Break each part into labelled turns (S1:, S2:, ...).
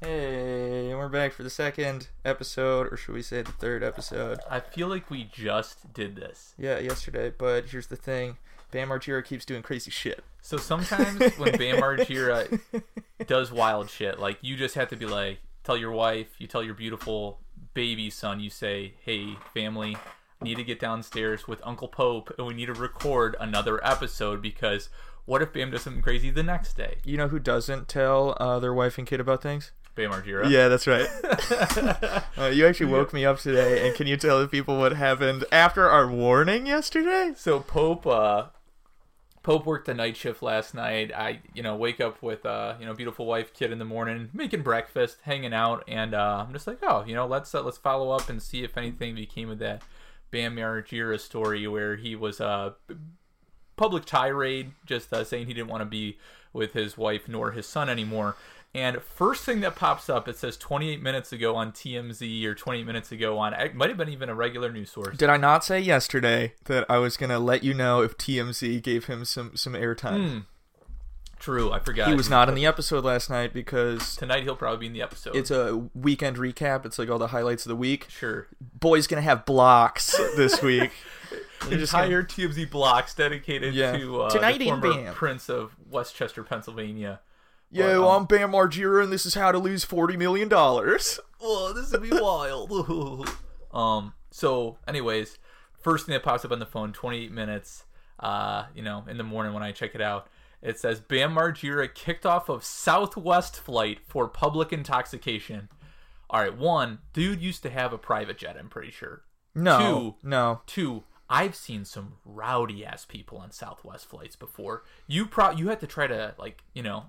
S1: Hey, and we're back for the second episode, or should we say the third episode?
S2: I feel like we just did this.
S1: Yeah, yesterday. But here's the thing: Bam Margera keeps doing crazy shit.
S2: So sometimes when Bam Margera does wild shit, like you just have to be like, tell your wife, you tell your beautiful baby son, you say, hey, family, I need to get downstairs with Uncle Pope and we need to record another episode because what if Bam does something crazy the next day?
S1: You know who doesn't tell uh, their wife and kid about things?
S2: Bam Margera.
S1: Yeah, that's right. uh, you actually woke me up today, and can you tell the people what happened after our warning yesterday?
S2: So Pope, uh, Pope worked the night shift last night. I, you know, wake up with uh, you know, beautiful wife, kid in the morning, making breakfast, hanging out, and uh, I'm just like, oh, you know, let's uh, let's follow up and see if anything became of that Bam Margera story where he was uh public tirade, just uh, saying he didn't want to be with his wife nor his son anymore. And first thing that pops up, it says 28 minutes ago on TMZ or 28 minutes ago on, it might have been even a regular news source.
S1: Did I not say yesterday that I was gonna let you know if TMZ gave him some some airtime?
S2: Hmm. True, I forgot.
S1: He was not in the episode last night because
S2: Tonight he'll probably be in the episode.
S1: it's a weekend recap. It's like all the highlights of the week.
S2: sure.
S1: Boy's gonna have blocks this week. You're just gonna-
S2: Entire TMZ blocks dedicated
S1: Yeah.
S2: to uh,
S1: Tonight
S2: the
S1: in
S2: former
S1: Bam.
S2: Prince of Westchester, Pennsylvania.
S1: Yo,
S2: Or, um,
S1: I'm Bam Margera, and this is how to lose forty million dollars.
S2: oh, this would be wild. um. So, anyways, first thing that pops up on the phone, 28 minutes. Uh, you know, in the morning when I check it out, it says Bam Margera kicked off of Southwest flight for public intoxication. All right, one dude used to have a private jet. I'm pretty sure.
S1: No, no.
S2: Two, I've seen some rowdy ass people on Southwest flights before. You pro you have to try to like, you know,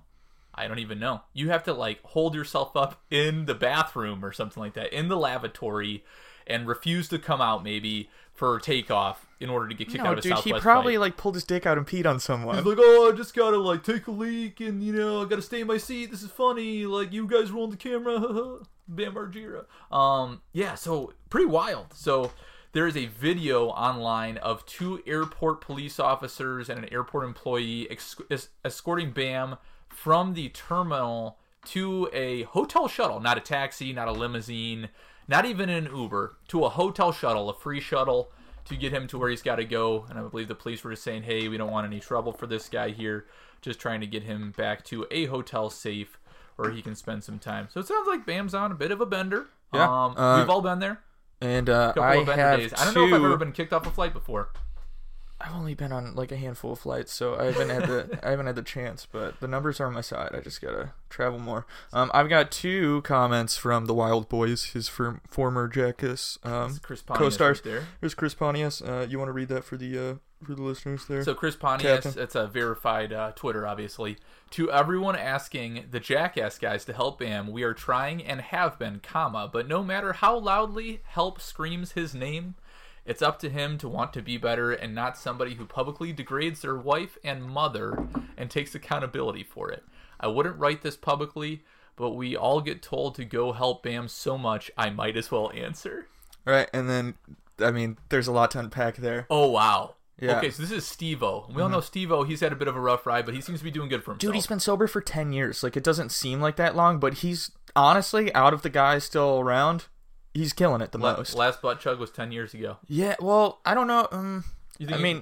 S2: I don't even know. You have to like hold yourself up in the bathroom or something like that, in the lavatory, and refuse to come out maybe for takeoff in order to get kicked
S1: No,
S2: out of a
S1: dude,
S2: Southwest
S1: he probably
S2: flight.
S1: like pulled his dick out and peed on someone.
S2: He's like, oh, I just gotta like take a leak, and you know, I gotta stay in my seat. This is funny. Like, you guys roll the camera, Bam Margera. Um, yeah, so pretty wild. So there is a video online of two airport police officers and an airport employee ex- es- escorting Bam from the terminal to a hotel shuttle, not a taxi, not a limousine, not even an Uber, to a hotel shuttle, a free shuttle to get him to where he's got to go. And I believe the police were just saying, hey, we don't want any trouble for this guy here. Just trying to get him back to a hotel safe where he can spend some time. So it sounds like Bam's on a bit of a bender.
S1: Yeah,
S2: Um,
S1: uh,
S2: we've all been there.
S1: and uh,
S2: Couple
S1: I
S2: of bender
S1: have
S2: days. I don't know if I've
S1: two-
S2: ever been kicked off a flight before.
S1: I've only been on like a handful of flights, so I haven't had the I haven't had the chance. But the numbers are on my side. I just gotta travel more. Um, I've got two comments from the Wild Boys, his firm, former Jackass um,
S2: Chris Pontius
S1: co-stars.
S2: right there.
S1: Here's Chris Pontius. Uh, you want to read that for the uh, for the listeners there?
S2: So Chris Pontius,
S1: Captain.
S2: it's a verified uh, Twitter, obviously. To everyone asking the Jackass guys to help Bam, we are trying and have been, comma, but no matter how loudly help screams his name, it's up to him to want to be better and not somebody who publicly degrades their wife and mother and takes accountability for it. I wouldn't write this publicly, but we all get told to go help Bam so much, I might as well answer.
S1: All right, and then I mean, there's a lot to unpack there.
S2: Oh wow.
S1: Yeah. Mm-hmm.
S2: Okay, so this is Steve-O. We all know Steve-O. He's had a bit of a rough ride, but he seems to be doing good for himself.
S1: Dude, he's been sober for ten years. Like it doesn't seem like that long, but he's honestly out of the guys still around. He's killing it the
S2: La-
S1: most.
S2: Last butt chug was ten years ago.
S1: yeah. Well, I don't know. Um,
S2: You
S1: I
S2: he-
S1: mean,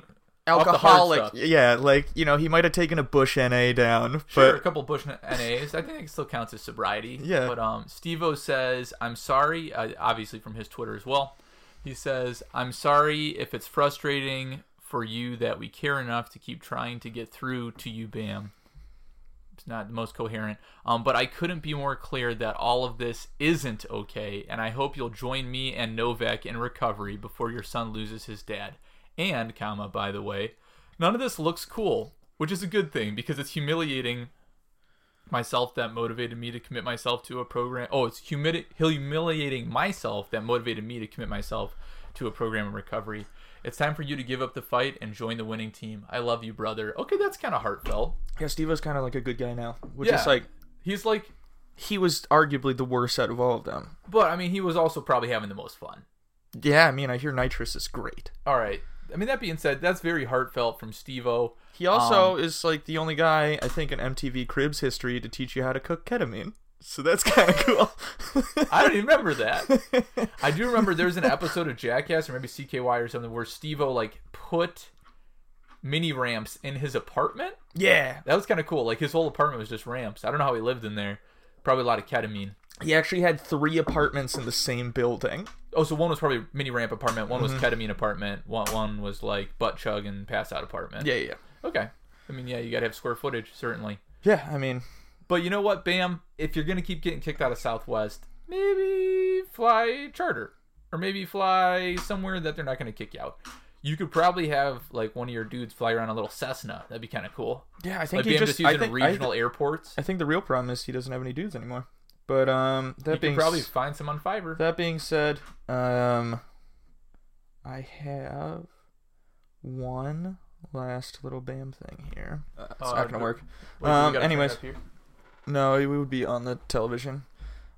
S2: off the hard
S1: alcoholic.
S2: stuff.
S1: Yeah, like you know, he might have taken a Bush NA down,
S2: sure, a
S1: but
S2: couple Bush NAs. I think it still counts as sobriety.
S1: Yeah.
S2: But um, Steve-O says, "I'm sorry." Uh, obviously, from his Twitter as well. He says, "I'm sorry if it's frustrating for you that we care enough to keep trying to get through to you, Bam." It's not the most coherent. Um, but I couldn't be more clear that all of this isn't okay, and I hope you'll join me and Novak in recovery before your son loses his dad. And, comma, by the way, none of this looks cool, which is a good thing because it's humiliating myself that motivated me to commit myself to a program. Oh, it's humili- humiliating myself that motivated me to commit myself to a program in recovery. It's time for you to give up the fight and join the winning team. I love you, brother. Okay, that's kind of heartfelt.
S1: yeah, Steve-O's kind of like a good guy now, which
S2: Yeah.
S1: is like
S2: He's like
S1: he was arguably the worst out of all of them.
S2: But I mean, he was also probably having the most fun.
S1: Yeah, I mean, I hear nitrous is great.
S2: All right. I mean, that being said, that's very heartfelt from Steve-O.
S1: Um, He also is like the only guy I think in MTV Cribs history to teach you how to cook ketamine. So that's kind of cool.
S2: I don't even remember that. I do remember there was an episode of Jackass or maybe CKY or something where Steve-O like put mini ramps in his apartment.
S1: yeah.
S2: That was kind of cool. Like his whole apartment was just ramps. I don't know how he lived in there. Probably a lot of ketamine.
S1: He actually had three apartments in the same building.
S2: Oh, so one was probably mini ramp apartment. One
S1: Mm-hmm.
S2: was ketamine apartment. One one was like butt chug and pass out apartment.
S1: Yeah, yeah.
S2: Okay. I mean, yeah, you gotta have square footage certainly.
S1: Yeah, I mean,
S2: But you know what, Bam? If you're gonna keep getting kicked out of Southwest, maybe fly charter, or maybe fly somewhere that they're not gonna kick you out. You could probably have like one of your dudes fly around a little Cessna. That'd be kind of cool.
S1: yeah, I think
S2: Like
S1: he
S2: Bam
S1: just
S2: just
S1: I
S2: using
S1: think, I,
S2: regional airports.
S1: I think the real problem is he doesn't have any dudes anymore. But um that
S2: You
S1: being
S2: could probably
S1: s-
S2: find some on Fiverr.
S1: that being said, um I have one last little bam thing here. Uh, it's not
S2: Uh,
S1: going to
S2: the-
S1: work.
S2: Wait, do we
S1: um,
S2: gotta turn
S1: anyways.
S2: up here?
S1: No, it would be on the television.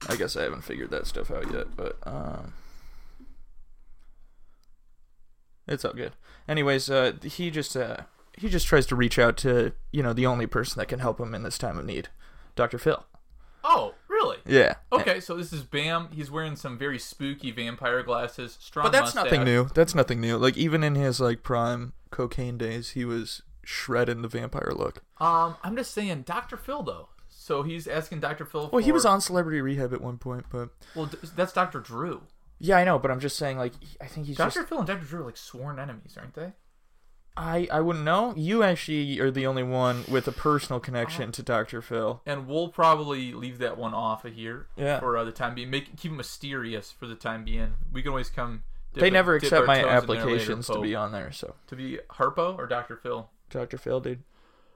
S1: I guess I haven't figured that stuff out yet, but um, it's all good. Anyways, uh, he just uh, he just tries to reach out to you know the only person that can help him in this time of need, Doctor Phil.
S2: Oh, really?
S1: Yeah.
S2: Okay, so this is Bam. He's wearing some very spooky vampire glasses. Strong,
S1: But that's
S2: mustache.
S1: nothing new. That's nothing new. Like even in his like prime cocaine days, he was shredding the vampire look.
S2: Um, I'm just saying, Doctor Phil though. So he's asking Doctor Phil.
S1: Well, he
S2: for-
S1: was on Celebrity Rehab at one point, but
S2: Well, d- that's Doctor Drew.
S1: yeah, I know. But I'm just saying, like, he- I think he's just
S2: Doctor Phil and Doctor Drew are like sworn enemies, aren't they?
S1: I, I wouldn't know. You actually are the only one with a personal connection to Dr. Phil.
S2: And we'll probably leave that one off of here
S1: Yeah.
S2: for uh, the time being. Make keep it mysterious for the time being. We can always come. dip
S1: They
S2: it-
S1: never
S2: dip
S1: accept
S2: our
S1: my
S2: toes in there later,
S1: applications to
S2: Pope.
S1: be on there, so
S2: to be Harpo or Doctor Phil.
S1: Dr. Phil, dude.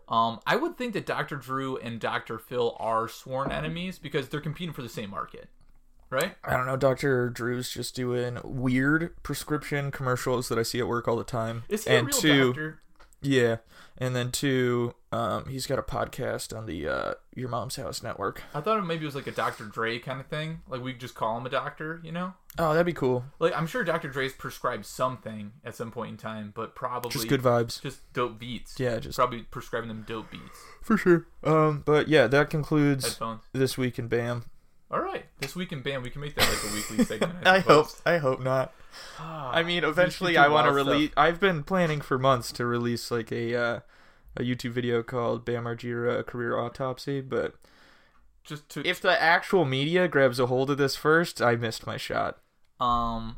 S2: Um, I would think that Doctor Drew and Doctor Phil are sworn enemies because they're competing for the same market, right?
S1: I don't know. Dr. Drew's just doing weird prescription commercials that I see at work all the time.
S2: Is he
S1: and
S2: a real
S1: two,
S2: doctor?
S1: yeah, and then two, um, he's got a podcast on the uh, Your Mom's House Network.
S2: I thought it maybe was like a Dr. Dre kind of thing. Like we just call him a doctor, you know?
S1: Oh, that'd be cool.
S2: Like I'm sure Dr. Dre's prescribed something at some point in time, but probably
S1: Just good vibes.
S2: just dope beats.
S1: Yeah, just
S2: Probably prescribing them dope beats.
S1: for sure. Um, but yeah, that concludes
S2: Headphones.
S1: this week in BAM.
S2: All right. This week in BAM, we can make that like a weekly segment.
S1: I hope.
S2: suppose.
S1: I hope not.
S2: Ah,
S1: I mean, eventually
S2: do
S1: I
S2: a
S1: want to
S2: lot of
S1: release. I've been planning for months to release like a uh, a YouTube video called Bam Margera a career autopsy, but
S2: just to
S1: if the actual media grabs a hold of this first, I missed my shot.
S2: um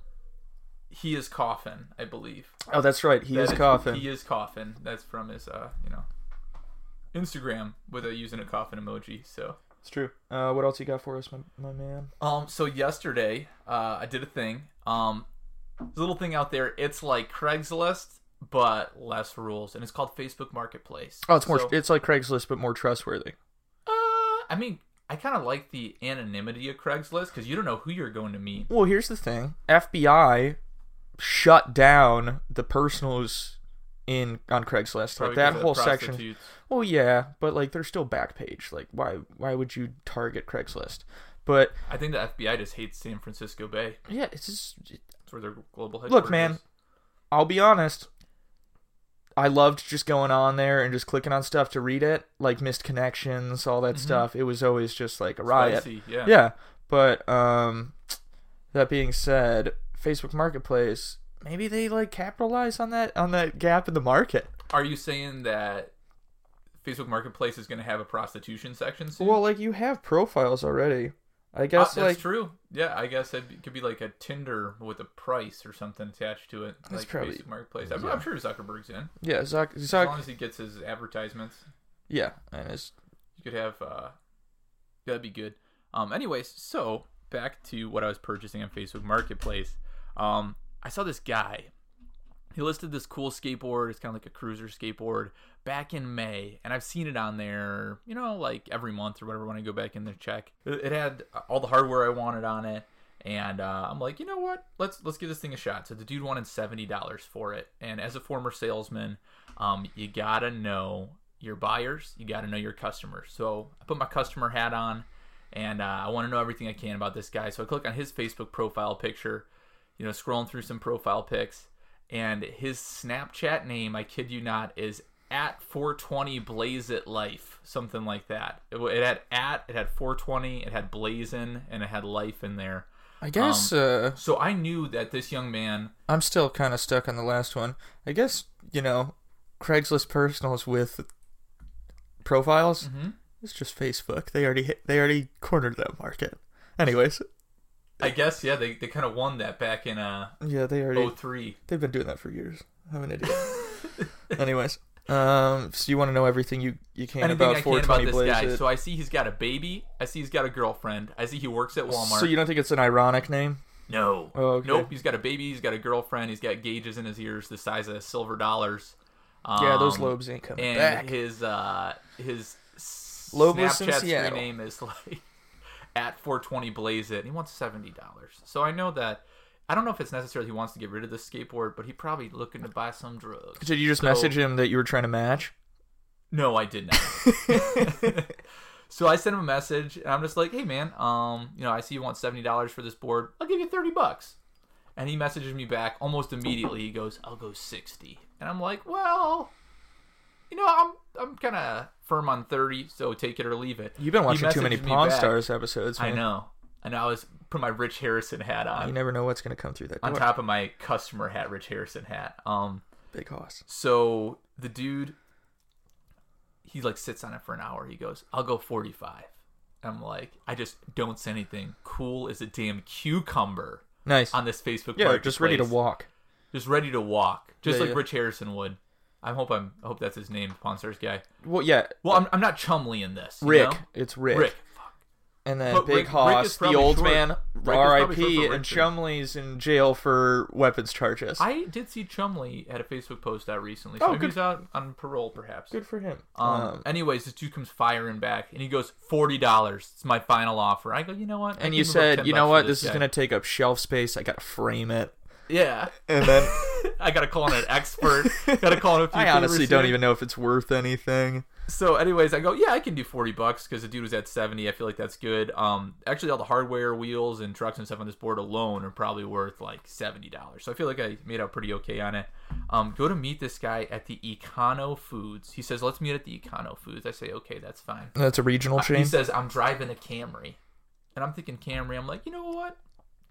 S2: he is coffin, I believe.
S1: Oh, that's right. He
S2: That
S1: is coughing.
S2: He is coffin. That's from his uh, you know, Instagram with a using a coffin emoji. So
S1: It's true. Uh, what else you got for us, my, my man?
S2: Um, so yesterday, uh, I did a thing. Um, there's a little thing out there. It's like Craigslist, but less rules, and it's called Facebook Marketplace.
S1: Oh, it's more.
S2: So,
S1: it's like Craigslist, but more trustworthy.
S2: uh, I mean, I kind of like the anonymity of Craigslist because you don't know who you're going to meet.
S1: Well, here's the thing. FBI shut down the personals in on Craigslist. Like
S2: Probably
S1: that
S2: 'cause of the
S1: whole section.
S2: prostitutes.
S1: Well, yeah, but like they're still Backpage. Like, why why would you target Craigslist? But
S2: I think the FBI just hates San Francisco Bay.
S1: yeah, it's just.
S2: That's where their global headquarters.
S1: Look, man,
S2: is.
S1: I'll be honest. I loved just going on there and just clicking on stuff to read it, like missed connections, all
S2: Mm-hmm.
S1: that stuff. It was always just like a riot.
S2: Spicy, yeah.
S1: Yeah, but um, that being said, Facebook Marketplace maybe they like capitalize on that on that gap in the market.
S2: Are you saying that Facebook Marketplace is going to have a prostitution section soon?
S1: Well, like you have profiles already. I
S2: Uh,
S1: guess
S2: that's
S1: like
S2: true. Yeah, I guess it could be like a Tinder with a price or something attached to it.
S1: That's
S2: like
S1: probably-
S2: Facebook Marketplace. I'm, I'm sure Zuckerberg's in.
S1: yeah, Zuck,
S2: As
S1: Zuck
S2: long as he gets his advertisements,
S1: yeah, and it's
S2: you could have. uh That'd be good. Um. Anyways, so back to what I was purchasing on Facebook Marketplace. Um. I saw this guy. He listed this cool skateboard. It's kind of like a cruiser skateboard. Back in May, and I've seen it on there. You know, like every month or whatever. When I go back in there, check. It it had all the hardware I wanted on it and uh, I'm like, you know what? Let's let's give this thing a shot. So the dude wanted seventy dollars for it, and as a former salesman, um, you gotta know your buyers, you gotta know your customers. So I put my customer hat on, and uh, I want to know everything I can about this guy. So I click on his Facebook profile picture, you know, scrolling through some profile pics, and his Snapchat name, I kid you not, is at 420 blaze it life something like that it, w- it had at it had 420 it had blazing and it had life in there
S1: I
S2: Um,
S1: guess uh,
S2: so i knew that this young man
S1: I'm still kind of stuck on the last one. I guess you know, Craigslist personals with profiles.
S2: Mm-hmm.
S1: It's just Facebook. They already hit, they already cornered that market. Anyways,
S2: i guess yeah they, they kind of won that back in uh
S1: yeah, they already
S2: 03
S1: they've been doing that for years. I'm an idiot. Anyways, um, so you want to know everything you you can
S2: anything
S1: about
S2: i can about
S1: 420
S2: this
S1: Blaze?
S2: guy
S1: It.
S2: so i see he's got a baby i see he's got a girlfriend i see he works at walmart
S1: So you don't think it's an ironic name?
S2: No.
S1: Oh, okay.
S2: Nope. He's got a baby. He's got a girlfriend. He's got gauges in his ears the size of silver dollars. Um,
S1: yeah, those lobes ain't coming
S2: And
S1: back.
S2: his uh his s-
S1: Lobos in
S2: Snapchat screen
S1: Seattle.
S2: name is like at 420 blaze it. And he wants seventy dollars. So I know that. I don't know if it's necessarily he wants to get rid of the skateboard, but he probably looking to buy some drugs.
S1: Did you just
S2: So-
S1: message him that you were trying to match?
S2: No, I did not. so I sent him a message, and I'm just like, "Hey, man, um, you know, I see you want seventy dollars for this board. I'll give you thirty bucks." And he messages me back almost immediately. He goes, "I'll go 60. and I'm like, "Well, you know, I'm I'm kind of firm on thirty, so take it or leave it."
S1: You've been
S2: He
S1: watching too many
S2: messaged me
S1: Pawn
S2: back.
S1: Stars episodes.
S2: I
S1: man.
S2: know, I know. I was put my Rich Harrison hat
S1: You
S2: on,
S1: never know what's going to come through that
S2: on
S1: door.
S2: top of my customer hat, Rich Harrison hat. Um,
S1: Big hoss.
S2: So the dude, he like sits on it for an hour. He goes, "I'll go 45." I'm like, I just don't say anything. Cool as a damn cucumber
S1: Nice.
S2: on this Facebook.
S1: yeah, just ready to
S2: marketplace.
S1: walk.
S2: Just ready to walk, just
S1: Yeah,
S2: like
S1: yeah.
S2: Rich Harrison would. I hope I'm. I hope that's his name, Pawn Stars guy.
S1: Well, yeah,
S2: Well, I'm, I'm not Chumley in this. you
S1: Rick.
S2: know?
S1: It's Rick.
S2: Rick. Fuck.
S1: And then
S2: But
S1: Big
S2: Rick- Rick
S1: Hoss,
S2: is
S1: the
S2: probably
S1: old
S2: short.
S1: man,
S2: Rick is probably short
S1: R.I.P.
S2: for
S1: And
S2: Richard.
S1: Chumley's in jail for weapons charges.
S2: I did see Chumley at a Facebook post out recently. So
S1: Oh,
S2: maybe
S1: good.
S2: he's out on parole, perhaps.
S1: Good for him.
S2: Um, anyways, this dude comes firing back and he goes, $40. It's my final offer. I go, you know what? I
S1: and you
S2: gave him about
S1: said,
S2: 10
S1: you know
S2: bucks for
S1: what? This, is
S2: guy."
S1: gonna take up shelf space. I gotta frame it.
S2: Yeah.
S1: And then
S2: I got to call on an expert. got to call on a few
S1: I honestly
S2: favors
S1: don't
S2: here.
S1: even know if it's worth anything.
S2: So, anyways, I go, yeah, I can do 40 bucks because the dude was at 70. I feel like that's good. Um, Actually, all the hardware, wheels, and trucks and stuff on this board alone are probably worth like $70. So I feel like I made out pretty okay on it. Um, Go to meet this guy at the Econo Foods. He says, let's meet at the Econo Foods. I say, okay, that's fine.
S1: That's a regional
S2: Uh, He
S1: chain.
S2: says, I'm driving a Camry. And I'm thinking Camry. I'm like, you know what?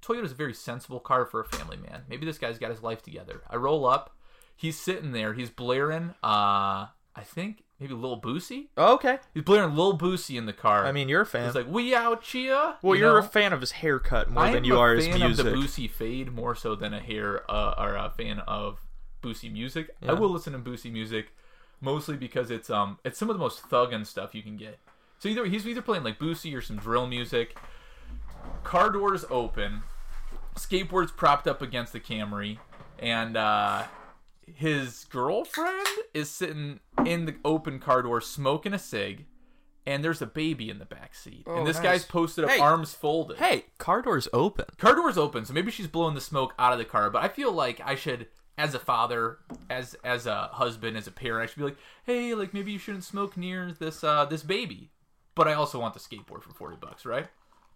S2: Toyota's a very sensible car for a family man. Maybe this guy's got his life together. I roll up. He's sitting there. He's blaring, uh, I think, maybe Lil Boosie?
S1: Oh, okay.
S2: He's blaring Lil Boosie in the car.
S1: I mean, you're a fan.
S2: he's like, we out here.
S1: well,
S2: you
S1: you are a
S2: know?
S1: fan of his haircut more
S2: I am
S1: than you
S2: a
S1: are his
S2: fan
S1: music.
S2: of the Boosie fade more so than a hair uh, or a fan of Boosie music. I will listen to Boosie music mostly because it's um it's some of the most thug and stuff you can get. So either he's either playing like Boosie or some drill music. Car doors open, skateboards propped up against the Camry, and uh, his girlfriend is sitting in the open car door smoking a cig. And there's a baby in the back seat,
S1: Oh,
S2: and this
S1: nice.
S2: guy's posted up,
S1: Hey.
S2: arms folded.
S1: hey, car door's open.
S2: Car door's open, so maybe she's blowing the smoke out of the car. But I feel like I should, as a father, as as a husband, as a parent, I should be like, hey, like maybe you shouldn't smoke near this uh this baby. But I also want the skateboard for forty bucks, right?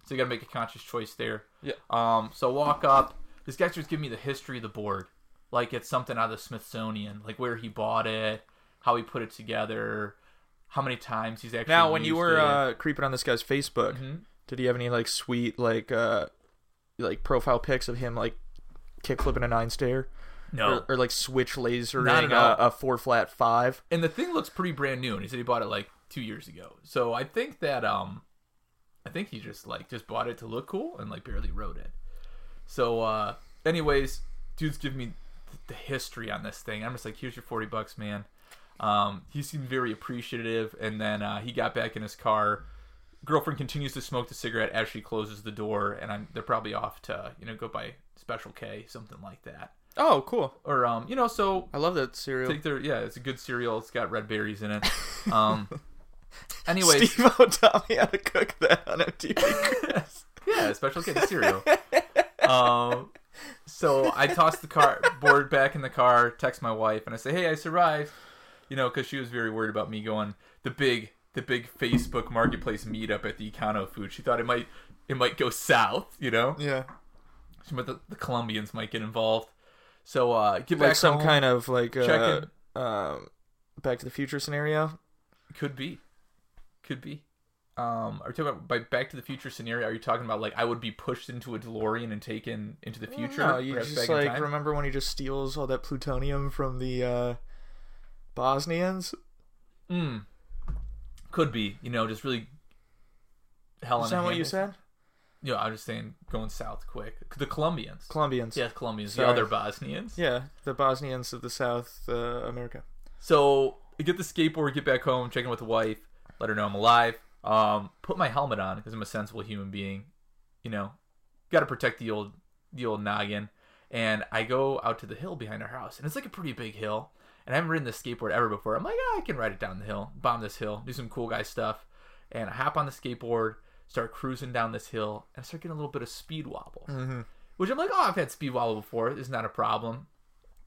S2: So you got to make a conscious choice there.
S1: Yeah.
S2: Um. So I walk up. This guy starts giving me the history of the board, like it's something out of the Smithsonian, like where he bought it, how he put it together, how many times he's actually.
S1: Now, when you
S2: used Mm-hmm.
S1: were
S2: it.
S1: uh, creeping on this guy's Facebook, did he have any like sweet like uh like profile pics of him like kick flipping a nine stair
S2: no,
S1: or, or like switch
S2: Not at
S1: lasering uh,
S2: all.
S1: a, a four flat five?
S2: and the thing looks pretty brand new and he said he bought it like two years ago so i think that um i think he just like just bought it to look cool and like barely rode it so uh anyways dude's giving me th- the history on this thing i'm just like here's your 40 bucks man um he seemed very appreciative and then uh he got back in his car girlfriend continues to smoke the cigarette as she closes the door and i'm they're probably off to you know go by special k something like that
S1: Oh, cool!
S2: or um you know so
S1: I love that cereal.
S2: Take their yeah, it's a good cereal. It's got red berries in it. Um. anyways,
S1: Steve O taught me how to cook that on MTV.
S2: yeah, special K cereal. Um. So I toss the car board back in the car. Text my wife and I say, "Hey, I survived." You know, because she was very worried about me going the big the big Facebook Marketplace meetup at the Econo Food. She thought it might it might go south. You know,
S1: yeah,
S2: she might the, the Colombians might get involved. So uh, get back
S1: like some
S2: home.
S1: kind of like uh,
S2: Check
S1: um Back to the Future scenario.
S2: Could be. Could be. Um, are you talking about by Back to the Future scenario? Are you talking about like I would be pushed into a DeLorean and taken into the future?
S1: No, you
S2: perhaps
S1: just
S2: back in
S1: like
S2: time?
S1: remember when he just steals all that plutonium from the uh, Bosnians?
S2: Mm. Could be. You know, just really. Hell
S1: Is
S2: in a
S1: that what you
S2: handbasket.
S1: said?
S2: Yeah, I'm just saying going south quick. The Colombians.
S1: Colombians.
S2: yeah, Colombians.
S1: Sorry.
S2: The other Bosnians.
S1: Yeah, the Bosnians of the South uh, America.
S2: So I get the skateboard, get back home, check in with the wife, let her know I'm alive. Um, put my helmet on because I'm a sensible human being. You know, got to protect the old the old noggin. And I go out to the hill behind our house, and it's like a pretty big hill. And I haven't ridden this skateboard ever before. I'm like, ah, I can ride it down the hill, bomb this hill, do some cool guy stuff. And I hop on the skateboard, start cruising down this hill, and I start getting a little bit of speed wobble
S1: Mm-hmm.
S2: which I'm like, oh, I've had speed wobble before. It's not a problem.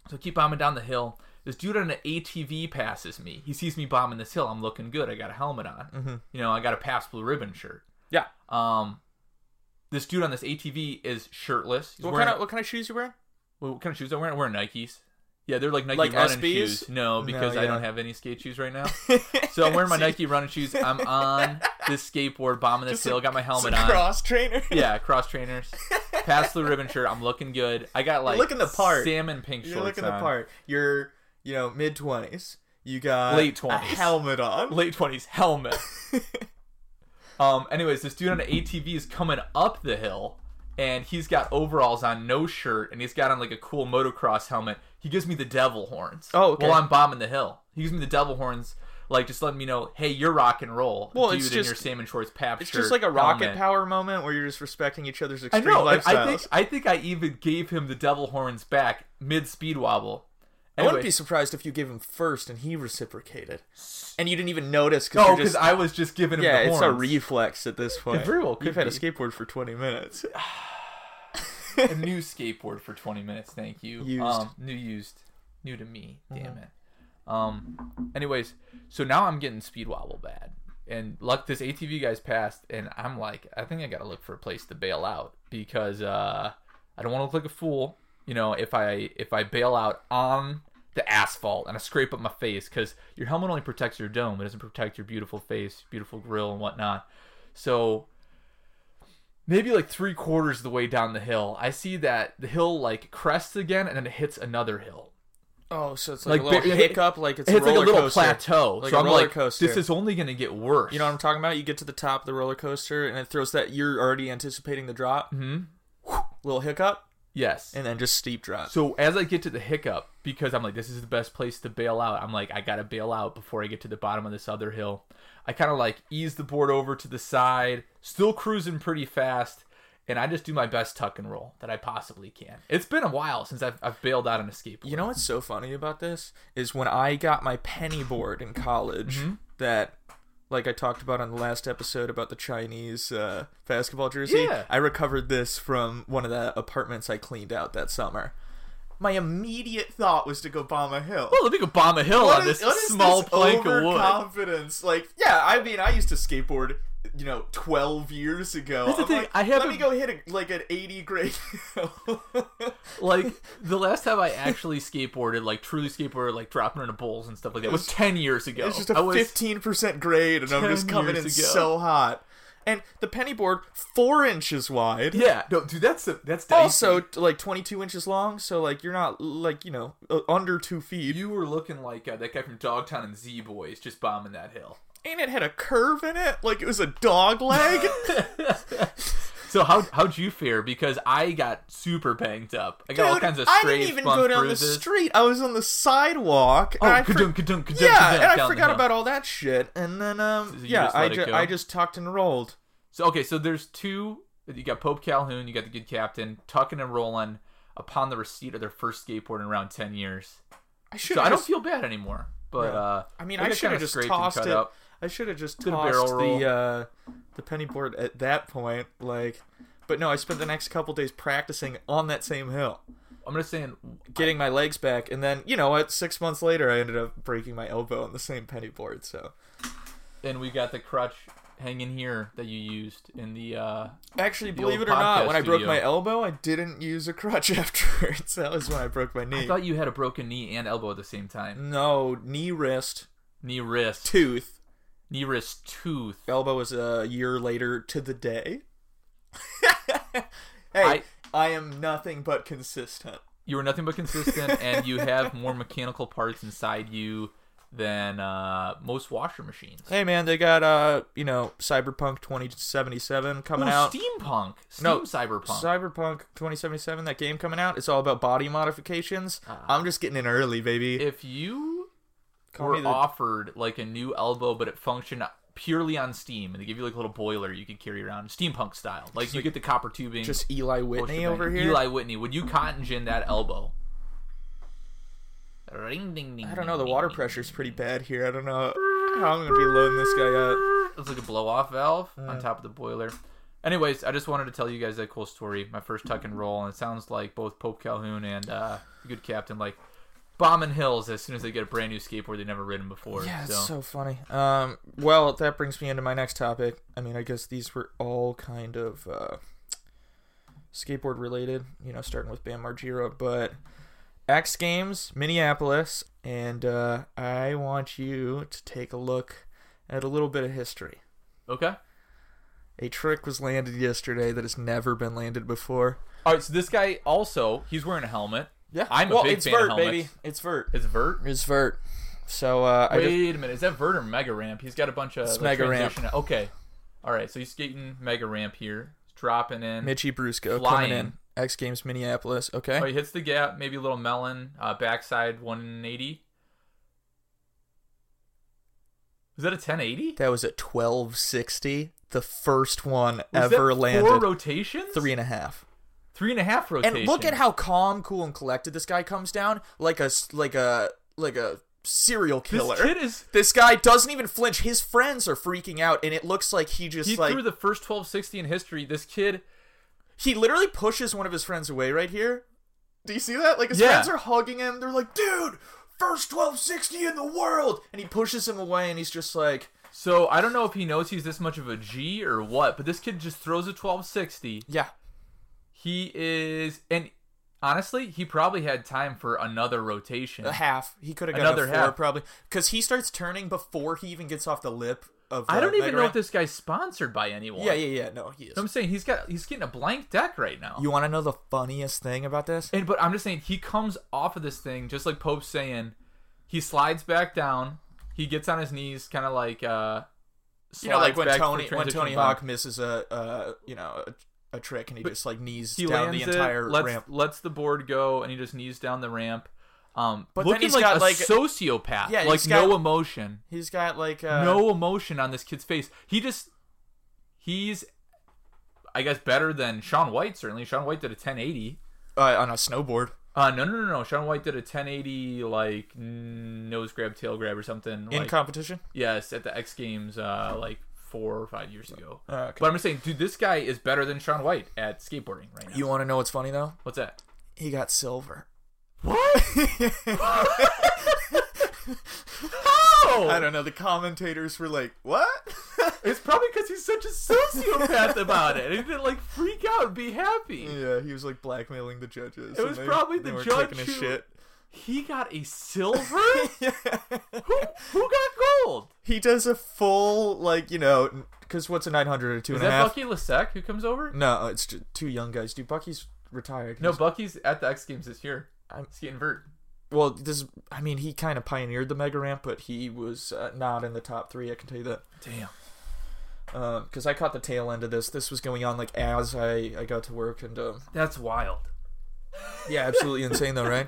S2: So I keep bombing down the hill. This dude on an ATV passes me. He sees me bombing this hill. I'm looking good. I got a helmet on.
S1: Mhm.
S2: You know, I got a past blue ribbon shirt.
S1: Yeah.
S2: Um, this dude on this ATV is shirtless. He's
S1: What
S2: wearing,
S1: kind of what kind of shoes you wearing?
S2: what kind of shoes am I wearing? I'm wearing Nikes. Yeah, they're like Nike
S1: Like
S2: running
S1: SBs?
S2: shoes. No,
S1: No,
S2: because I
S1: yeah.
S2: don't have any skate shoes right now. So I'm wearing my Nike running shoes. I'm on this skateboard, bombing this
S1: Just
S2: hill. Got my helmet on.
S1: Cross trainer.
S2: Yeah, cross trainers. Past blue ribbon shirt. I'm looking good. I got like
S1: looking the part.
S2: Salmon pink shorts.
S1: You're looking the
S2: on.
S1: part. You're you know mid twenties. You got
S2: Late
S1: a
S2: 20s.
S1: helmet on.
S2: Late twenties helmet. um. Anyways, this dude on an ATV is coming up the hill, and he's got overalls on, no shirt, and he's got on like a cool motocross helmet. He gives me the devil horns.
S1: Oh, okay.
S2: While I'm bombing the hill, he gives me the devil horns. Like just letting me know, hey, you're rock and roll,
S1: Well,
S2: dude,
S1: it's
S2: in
S1: just-
S2: your salmon shorts, pap
S1: It's
S2: shirt,
S1: just like a rocket
S2: helmet.
S1: power moment where you're just respecting each other's
S2: I
S1: extreme
S2: know. and
S1: lifestyles.
S2: I think I think I even gave him the devil horns back mid speed wobble.
S1: I wouldn't
S2: Anyway.
S1: be surprised if you gave him first and he reciprocated, and you didn't even notice because
S2: No,
S1: you're
S2: because
S1: just
S2: I was just giving him
S1: yeah,
S2: the
S1: it's
S2: horns.
S1: a reflex at this point.
S2: very well
S1: You've
S2: could
S1: had a
S2: be.
S1: skateboard for 20 minutes.
S2: a new skateboard for 20 minutes. Thank you.
S1: Used.
S2: Um, new used. New to me. Damn it. Um. Anyways, so now I'm getting speed wobble bad, and luck this ATV guy's passed, and I'm like, I think I gotta look for a place to bail out because uh, I don't want to look like a fool. You know, if I if I bail out on the asphalt and I scrape up my face, because your helmet only protects your dome, it doesn't protect your beautiful face, beautiful grill, and whatnot. So maybe like three quarters of the way down the hill, I see that the hill like crests again and then it hits another hill.
S1: Oh, so it's
S2: like a Like, little it- it- hiccup,
S1: like it's
S2: It hits like a little plateau.
S1: Like
S2: so
S1: a
S2: I'm
S1: roller
S2: like,
S1: coaster.
S2: this is only gonna get worse.
S1: You know what I'm talking about? You get to the top of the roller coaster and it throws that you're already anticipating the drop,
S2: Mhm.
S1: little hiccup,
S2: Yes.
S1: and then just steep drop.
S2: so as I get to the hiccup, because I'm like, this is the best place to bail out. I'm like, I gotta bail out before I get to the bottom of this other hill. I kind of like ease the board over to the side, still cruising pretty fast, and I just do my best tuck and roll that I possibly can. It's been a while since I've, I've bailed out on a skateboard.
S1: You know what's so funny about this is when I got my penny board in college
S2: Mm-hmm.
S1: that like I talked about on the last episode about the Chinese uh, basketball jersey.
S2: Yeah.
S1: I recovered this from one of the apartments I cleaned out that summer. My immediate thought was to go bomb a hill.
S2: Well, let me go bomb a hill on this
S1: what is
S2: small
S1: this
S2: plank of wood.
S1: overconfidence? Like, yeah, I mean, I used to skateboard, you know, twelve years ago.
S2: That's the
S1: I'm
S2: thing,
S1: like,
S2: I
S1: Let
S2: haven't-
S1: me go hit a, like an eighty grade hill.
S2: Like the last time I actually skateboarded, like truly skateboarded, like dropping into bowls and stuff like that, was ten years ago.
S1: It's just a
S2: I was-
S1: fifteen percent grade, and I'm
S2: 10
S1: just coming in
S2: years ago.
S1: so hot. And the penny board four inches wide.
S2: Yeah, no, dude, that's the that's dicey.
S1: Also, t- like twenty-two inches long, so like you're not like you know uh, under two feet,
S2: you were looking like uh, that guy from Dogtown and Z Boys just bombing that hill.
S1: and it had a curve in it, like it was a dog leg.
S2: So how how'd you fare? Because I got super banged up. I got all
S1: Dude,
S2: kinds of
S1: I
S2: strays,
S1: didn't even
S2: bumps,
S1: go down
S2: bruises.
S1: the street. I was on the sidewalk.
S2: Oh,
S1: and I
S2: ka-dunk, ka-dunk, ka-dunk,
S1: yeah,
S2: ka-dunk
S1: and I
S2: down the
S1: forgot
S2: hill.
S1: about all that shit. And then, um,
S2: So you
S1: yeah,
S2: just
S1: I,
S2: let it
S1: ju-
S2: go?
S1: I just tucked and rolled.
S2: So okay, so there's two. You got Pope Calhoun, you got the good captain, tucking and rolling upon the receipt of their first skateboard in around ten years.
S1: I should.
S2: So I
S1: have
S2: don't feel bad anymore. But
S1: No.
S2: uh,
S1: I mean,
S2: they
S1: I
S2: got
S1: should have
S2: kinda
S1: just
S2: scraped and
S1: tossed
S2: cut
S1: it.
S2: up.
S1: I should have just
S2: Did a
S1: tossed
S2: barrel roll.
S1: the uh, the penny board at that point. Like, but no, I spent the next couple days practicing on that same hill,
S2: I'm just saying,
S1: getting my legs back, and then you know what? Six months later, I ended up breaking my elbow on the same penny board. So
S2: and we got the crutch hang in here that you used in the uh
S1: Actually,
S2: The
S1: believe it
S2: old
S1: or not,
S2: podcast
S1: when I broke
S2: video.
S1: my elbow, I didn't use a crutch afterwards. That was when I broke my
S2: I
S1: knee.
S2: thought you had a broken knee and elbow at the same time.
S1: No, knee, wrist,
S2: Knee wrist.
S1: tooth.
S2: Knee wrist tooth.
S1: Elbow was a year later to the day. hey,
S2: I-
S1: I... am nothing but consistent.
S2: You were nothing but consistent and you have more mechanical parts inside you than uh most washer machines.
S1: Hey, man, they got uh, you know, Cyberpunk 2077
S2: Ooh,
S1: coming out.
S2: steampunk. Steam
S1: No,
S2: cyberpunk.
S1: Cyberpunk 2077, that game coming out. It's all about body modifications. I'm just getting in early, baby.
S2: if you
S1: Call me
S2: were
S1: the-
S2: offered like a new elbow but it functioned purely on steam and they give you like a little boiler you could carry around steampunk style like you get the copper tubing
S1: just Eli
S2: whole
S1: Whitney
S2: shebang.
S1: over here.
S2: eli whitney would you cotton gin that elbow Ring, ding, ding,
S1: I don't know.
S2: ding,
S1: The
S2: ding,
S1: water
S2: ding.
S1: pressure's pretty bad here. I don't know how I'm gonna be loading this guy up.
S2: it's like a blow off valve on top of the boiler anyways i just wanted to tell you guys that cool story my first tuck and roll and it sounds like both pope calhoun and uh the good captain like bombing hills as soon as they get a brand new skateboard they've never ridden before
S1: Yeah, it's
S2: so.
S1: so funny. Um, well, that brings me into my next topic. I mean, I guess these were all kind of uh, skateboard related. You know, starting with Bam Margera, but X Games Minneapolis, and uh, I want you to take a look at a little bit of history.
S2: okay
S1: A trick was landed yesterday that has never been landed before.
S2: All right, so this guy also he's wearing a helmet.
S1: Yeah,
S2: I'm a
S1: well,
S2: big
S1: it's
S2: fan of
S1: vert,
S2: helmets.
S1: baby. It's vert.
S2: It's Vert.
S1: It's vert. So uh, I
S2: Wait
S1: just
S2: a minute, is that Vert or Mega Ramp? He's got a bunch of
S1: It's
S2: like,
S1: Mega Ramp.
S2: transition- Okay, all right, so he's skating Mega Ramp here, He's dropping in.
S1: Mitchy Brusco
S2: Flying.
S1: coming in. X Games Minneapolis. Okay.
S2: Oh, he hits the gap, maybe a little melon, uh, backside 180. Was that a 1080?
S1: That was a 1260. The first one
S2: Was
S1: ever
S2: that Four
S1: landed.
S2: rotations.
S1: Three and a half.
S2: Three and a half rotations.
S1: And look at how calm, cool, and collected this guy comes down like a s- like a like a serial
S2: this
S1: killer.
S2: kid is.
S1: This guy doesn't even flinch. His friends are freaking out, and it looks like he just
S2: He
S1: like
S2: threw the first 1260 in history. This kid
S1: he literally pushes one of his friends away right here. Do you see that? Like his
S2: Yeah.
S1: friends are hugging him. They're like, "Dude, first 1260 in the world," and he pushes him away, and he's just like,
S2: So I don't know if he knows he's this much of a G or what, but this kid just throws a 1260.
S1: "Yeah,
S2: He is, and honestly, he probably had time for another rotation.
S1: A half. He could have got
S2: Another
S1: a four
S2: half.
S1: probably because he starts turning before he even gets off the lip of.
S2: I
S1: uh,
S2: don't even
S1: Mega
S2: know
S1: Man.
S2: if this guy's sponsored by anyone.
S1: Yeah, yeah, yeah. No, he is.
S2: So I'm saying he's got he's getting a blank deck right now.
S1: You want to know the funniest thing about this?
S2: and but I'm just saying he comes off of this thing just like Pope's saying. He slides back down. He gets on his knees, kind of like uh,
S1: You know, like
S2: slides
S1: when
S2: back for
S1: Tony when
S2: transition
S1: Tony
S2: bump.
S1: Hawk misses a uh, you know a, a trick and he just like knees
S2: he
S1: down
S2: lands
S1: the entire
S2: it, lets,
S1: ramp.
S2: lets the board go, and he just knees down the ramp. Um,
S1: But then
S2: looking
S1: he's
S2: like
S1: got,
S2: a
S1: like-
S2: sociopath,
S1: Yeah,
S2: like
S1: he's
S2: no
S1: got-
S2: emotion,
S1: He's got like uh,
S2: no emotion on this kid's face. He just, he's, I guess, better than Sean White. Certainly, Sean White did a 1080.
S1: uh, on a snowboard.
S2: Uh, no, no, no, no. Sean White did a 1080, like n- nose grab, tail grab, or something.
S1: In
S2: like,
S1: competition,
S2: yes, at the X Games, uh, like four or five years ago.
S1: Uh, okay.
S2: But I'm just saying, dude, this guy is better than Sean White at skateboarding right now.
S1: you want to know what's funny though?
S2: What's that?
S1: He got silver.
S2: What? How?
S1: I don't know. The commentators were like, "What?"
S2: It's probably because he's such a sociopath about it. He didn't like freak out and be happy.
S1: yeah, he was like blackmailing the judges.
S2: It
S1: and
S2: was
S1: they-
S2: probably
S1: they
S2: the
S1: were
S2: judge
S1: taking a
S2: who-
S1: shit.
S2: He got a silver. who who got gold?
S1: he does a full like you know because what's a 900 or two
S2: Is
S1: and a
S2: that
S1: half
S2: Bucky Lasek who comes over?
S1: no it's ju- two young guys dude bucky's retired
S2: No,
S1: He's-
S2: Bucky's at the X Games this year.
S1: I'm-
S2: Skating vert.
S1: well this is- i mean he kind of pioneered the mega ramp but he was uh, not in the top three i can tell you that
S2: Damn.
S1: because i caught the tail end of this this was going on like as i i got to work and um
S2: That's wild.
S1: yeah absolutely insane though right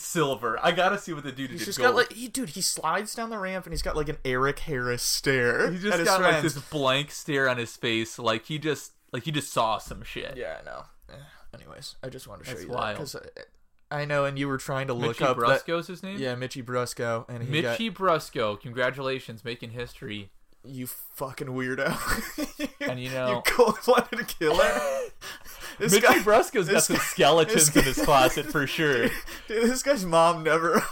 S2: Silver. I gotta see what the dude
S1: he's
S2: did.
S1: just
S2: gold.
S1: got like he, dude he slides down the ramp and he's got like an eric harris stare
S2: he
S1: at
S2: just
S1: his
S2: got like
S1: friends.
S2: this blank stare on his face, like he just like he just saw some shit.
S1: Yeah, I know. Eh, Anyways, I just wanted to show
S2: That's
S1: you that
S2: wild.
S1: because I, I know, and you were trying to look
S2: Mitchie
S1: up that-
S2: Brusco's his name.
S1: yeah, Mitchy Brusco, and he got
S2: Mitchie Brusco, congratulations, making history.
S1: you fucking weirdo.
S2: And you know-
S1: you cold-blooded killer. this
S2: Mitchie
S1: guy,
S2: Brusco's got
S1: this
S2: some
S1: guy-
S2: skeletons
S1: this
S2: in his closet for sure.
S1: dude, this guy's mom never.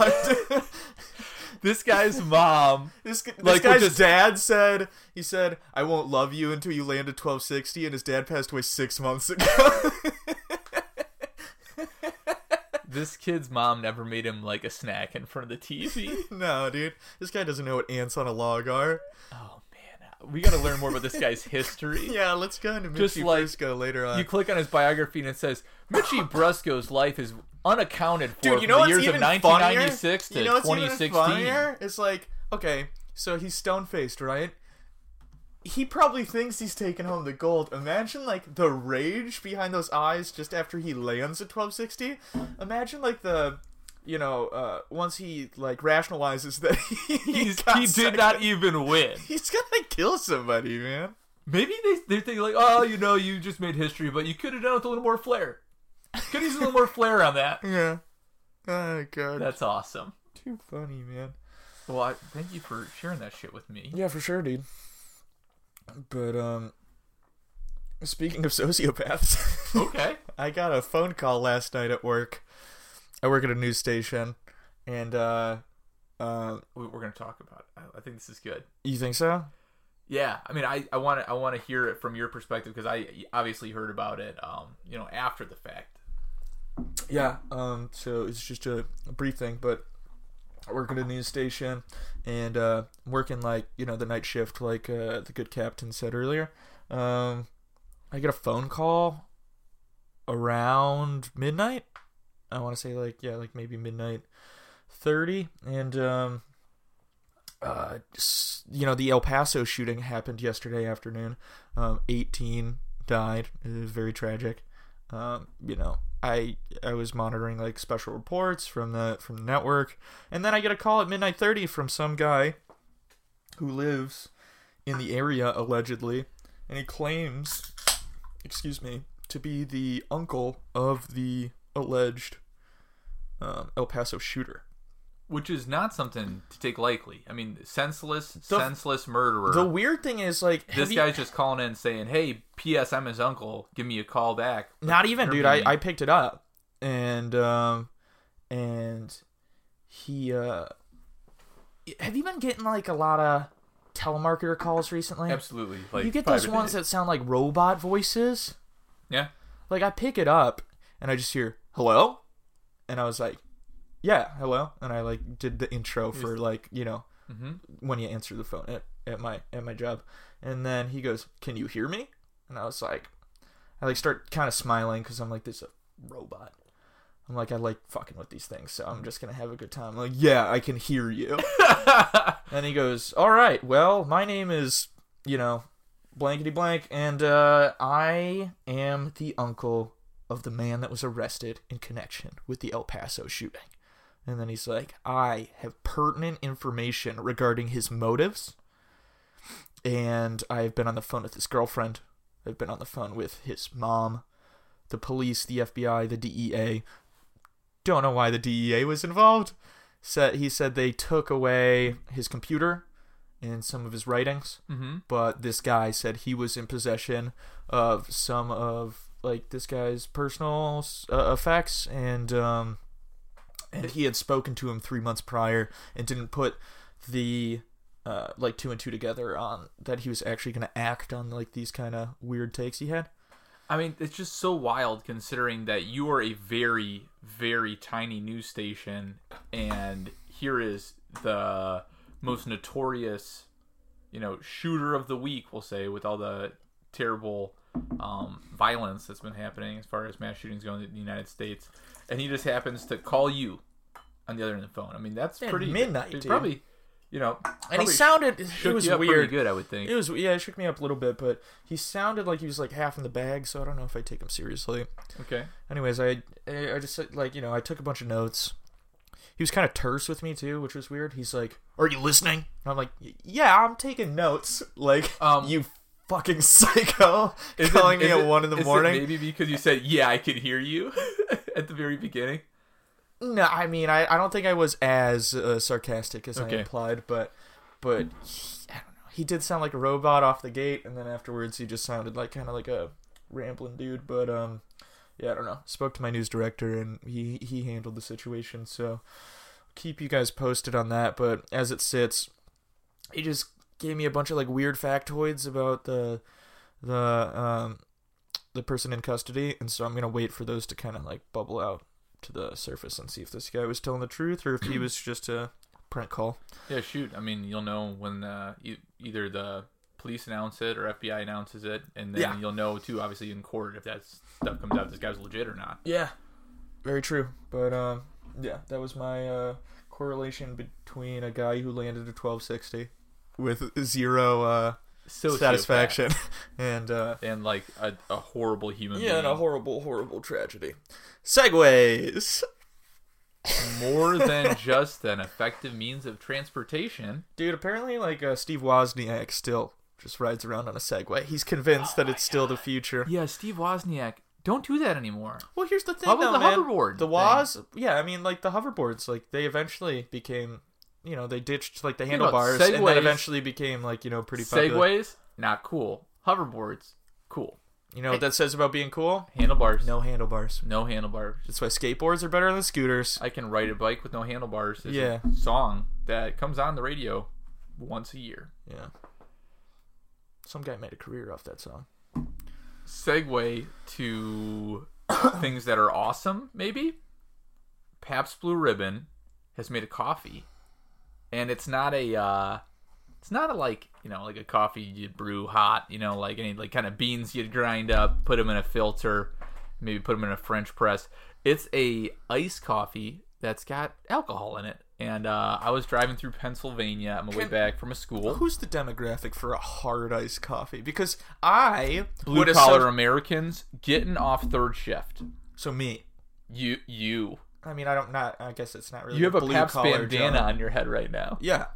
S2: this guy's mom.
S1: This, g- this
S2: Like,
S1: guy's
S2: which is-
S1: dad said he said I won't love you until you land at 1260, and his dad passed away six months ago.
S2: This kid's mom never made him like a snack in front of the TV.
S1: no, dude, this guy doesn't know what ants on a log are.
S2: Oh man, we got to learn more about this guy's history.
S1: Yeah, let's go into
S2: Just
S1: Mitchy
S2: like-
S1: Brisco later on.
S2: You click on his biography and it says Mitchie Brusco's life is unaccounted for
S1: dude, you
S2: from
S1: know
S2: the
S1: what's
S2: years
S1: even
S2: of
S1: funnier?
S2: 1996
S1: you
S2: to
S1: know what's even
S2: 2016.
S1: funnier? It's like okay, so he's stone faced, right? He probably thinks he's taking home the gold. Imagine like the rage behind those eyes just after he lands at 1260. Imagine like the you know uh, once he like rationalizes that he,
S2: He's,
S1: got
S2: he did
S1: second-
S2: not even win.
S1: He's gonna kill somebody, man.
S2: Maybe they they think like, oh, you know, you just made history, but you could have done it with a little more flair. Could use a little more flair on that.
S1: Yeah. Oh god,
S2: That's awesome.
S1: too funny, man.
S2: Well, I, thank you for sharing that shit with me.
S1: Yeah, for sure, dude. But um speaking of sociopaths,
S2: Okay.
S1: I got a phone call last night at work. I work at a news station and uh uh
S2: We- We're gonna talk about. It. I- I think this is good.
S1: you think so?
S2: Yeah, I mean, I I want to I want to hear it from your perspective because I obviously heard about it, um, you know, after the fact.
S1: Yeah, um, so it's just a, a brief thing, but I work at a news station and uh, I'm working like you know the night shift, like uh, the good captain said earlier. Um, I get a phone call around midnight. I want to say like yeah, like maybe midnight thirty, and um, uh, s- you know the El Paso shooting happened yesterday afternoon. Um, Eighteen died. It was very tragic um, you know i i was monitoring like special reports from the from the network and then i get a call at midnight 30 from some guy who lives in the area allegedly and he claims excuse me to be the uncle of the alleged um, el paso shooter
S2: Which is not something to take lightly. I mean, senseless,
S1: The-
S2: senseless murderer.
S1: the weird thing is like have
S2: this
S1: you-
S2: guy's just calling in saying, "Hey, P.S. I'm his uncle. Give me a call back."
S1: not even
S2: Or
S1: dude I,
S2: maybe-
S1: I picked it up and um and he uh have you been getting like a lot of telemarketer calls recently
S2: Absolutely. Like
S1: you get
S2: five
S1: those
S2: a
S1: ones
S2: day.
S1: that sound like robot voices
S2: yeah.
S1: like i pick it up and i just hear hello and i was like yeah hello and i like did the intro for like you know
S2: Mhm.
S1: when you answer the phone at, at my at my job and then he goes can you hear me and i was like i like start kind of smiling because i'm like this is a robot i'm like i like fucking with these things so i'm just gonna have a good time I'm like yeah i can hear you and he goes all right well my name is you know blankety blank and uh i am the uncle of the man that was arrested in connection with the el paso shooting and then he's like, I have pertinent information regarding his motives. And I've been on the phone with his girlfriend. I've been on the phone with his mom, the police, the FBI, the DEA. Don't know why the DEA was involved. Said he said they took away his computer and some of his writings,
S2: Mhm.
S1: but this guy said he was in possession of some of like this guy's personal uh, effects and um, and he had spoken to him three months prior and didn't put the uh, like two and two together on that he was actually going to act on like these kind of weird takes he had.
S2: I mean, it's just so wild considering that you are a very, very tiny news station, and here is the most notorious, you know, shooter of the week, we'll say, with all the terrible um, violence that's been happening as far as mass shootings go in the United States, and he just happens to call you on the other end of the phone. I mean, that's pretty
S1: midnight,
S2: it's
S1: dude.
S2: Probably, you know,
S1: And he
S2: probably
S1: sounded
S2: shook
S1: it was
S2: you up pretty
S1: weird.
S2: good, I would think.
S1: It was yeah, it shook me up a little bit, but he sounded like he was like half in the bag, so I don't know if I take him seriously.
S2: okay,
S1: Anyways, I I just like you know I took a bunch of notes. He was kind of terse with me too, which was weird. He's like, "Are you listening?" And I'm like, "Yeah, I'm taking notes." Like
S2: Um,
S1: you fucking psycho,
S2: Is it-
S1: calling me
S2: is
S1: at
S2: it-
S1: one in the
S2: is it
S1: morning.
S2: maybe because you said, "Yeah, I could hear you" at the very beginning.
S1: No, I mean, I, I don't think I was as uh, sarcastic as
S2: Okay.
S1: I implied, but but he, I don't know. He did sound like a robot off the gate, and then afterwards he just sounded like kind of like a rambling dude. But um, yeah, I don't know. Spoke to my news director, and he he handled the situation. So keep you guys posted on that. But as it sits, it just gave me a bunch of like weird factoids about the the um the person in custody, and so I'm gonna wait for those to kind of like bubble out to the surface and see if this guy was telling the truth or if he was just a prank call.
S2: Yeah, shoot. I mean, you'll know when uh, e- either the police announce it or FBI announces it, and then
S1: Yeah.
S2: you'll know too, obviously in court, if that stuff comes out, if this guy's legit or not.
S1: Yeah, very true. But um, yeah, that was my uh, correlation between a guy who landed a 1260 with zero uh,
S2: So
S1: satisfaction and uh,
S2: and like a, a horrible human.
S1: yeah, and a
S2: being.
S1: horrible, horrible tragedy. Segways,
S2: more than just an effective means of transportation.
S1: dude. Apparently, like uh, Steve Wozniak still just rides around on a Segway. He's convinced that it's still the future.
S2: Yeah, Steve Wozniak, don't do that anymore.
S1: Well, here's the thing,
S2: How about
S1: though,
S2: the
S1: man.
S2: hoverboard
S1: The
S2: thing?
S1: Woz, yeah, I mean, like the hoverboards, like they eventually became, you know, they ditched like the
S2: about
S1: handlebars, and
S2: Segways.
S1: then eventually became like you know pretty popular.
S2: Segways, not cool. Hoverboards, cool.
S1: You know what that says about being cool?
S2: Handlebars,
S1: No handlebars.
S2: no handlebars.
S1: That's why skateboards are better than scooters.
S2: I can ride a bike with no handlebars. Is
S1: Yeah.
S2: a song that comes on the radio once a year.
S1: Yeah. Some guy made a career off that song.
S2: Segue to things that are awesome, maybe. Pabst Blue Ribbon has made a coffee, and it's not a, uh, it's not a like you know like a coffee you brew hot, you know like any like kind of beans you grind up, put them in a filter, maybe put them in a French press. It's a iced coffee that's got alcohol in it. And uh, I was driving through Pennsylvania on my way
S1: Can-
S2: back from a school.
S1: Who's the demographic for a hard iced coffee? Because I would
S2: Blue
S1: associ-
S2: collar Americans getting off third shift.
S1: so me.
S2: You you
S1: I mean, I don't not. I guess it's not really.
S2: you have a
S1: blue
S2: Pabst
S1: collar
S2: bandana
S1: job.
S2: on your head right now.
S1: Yeah,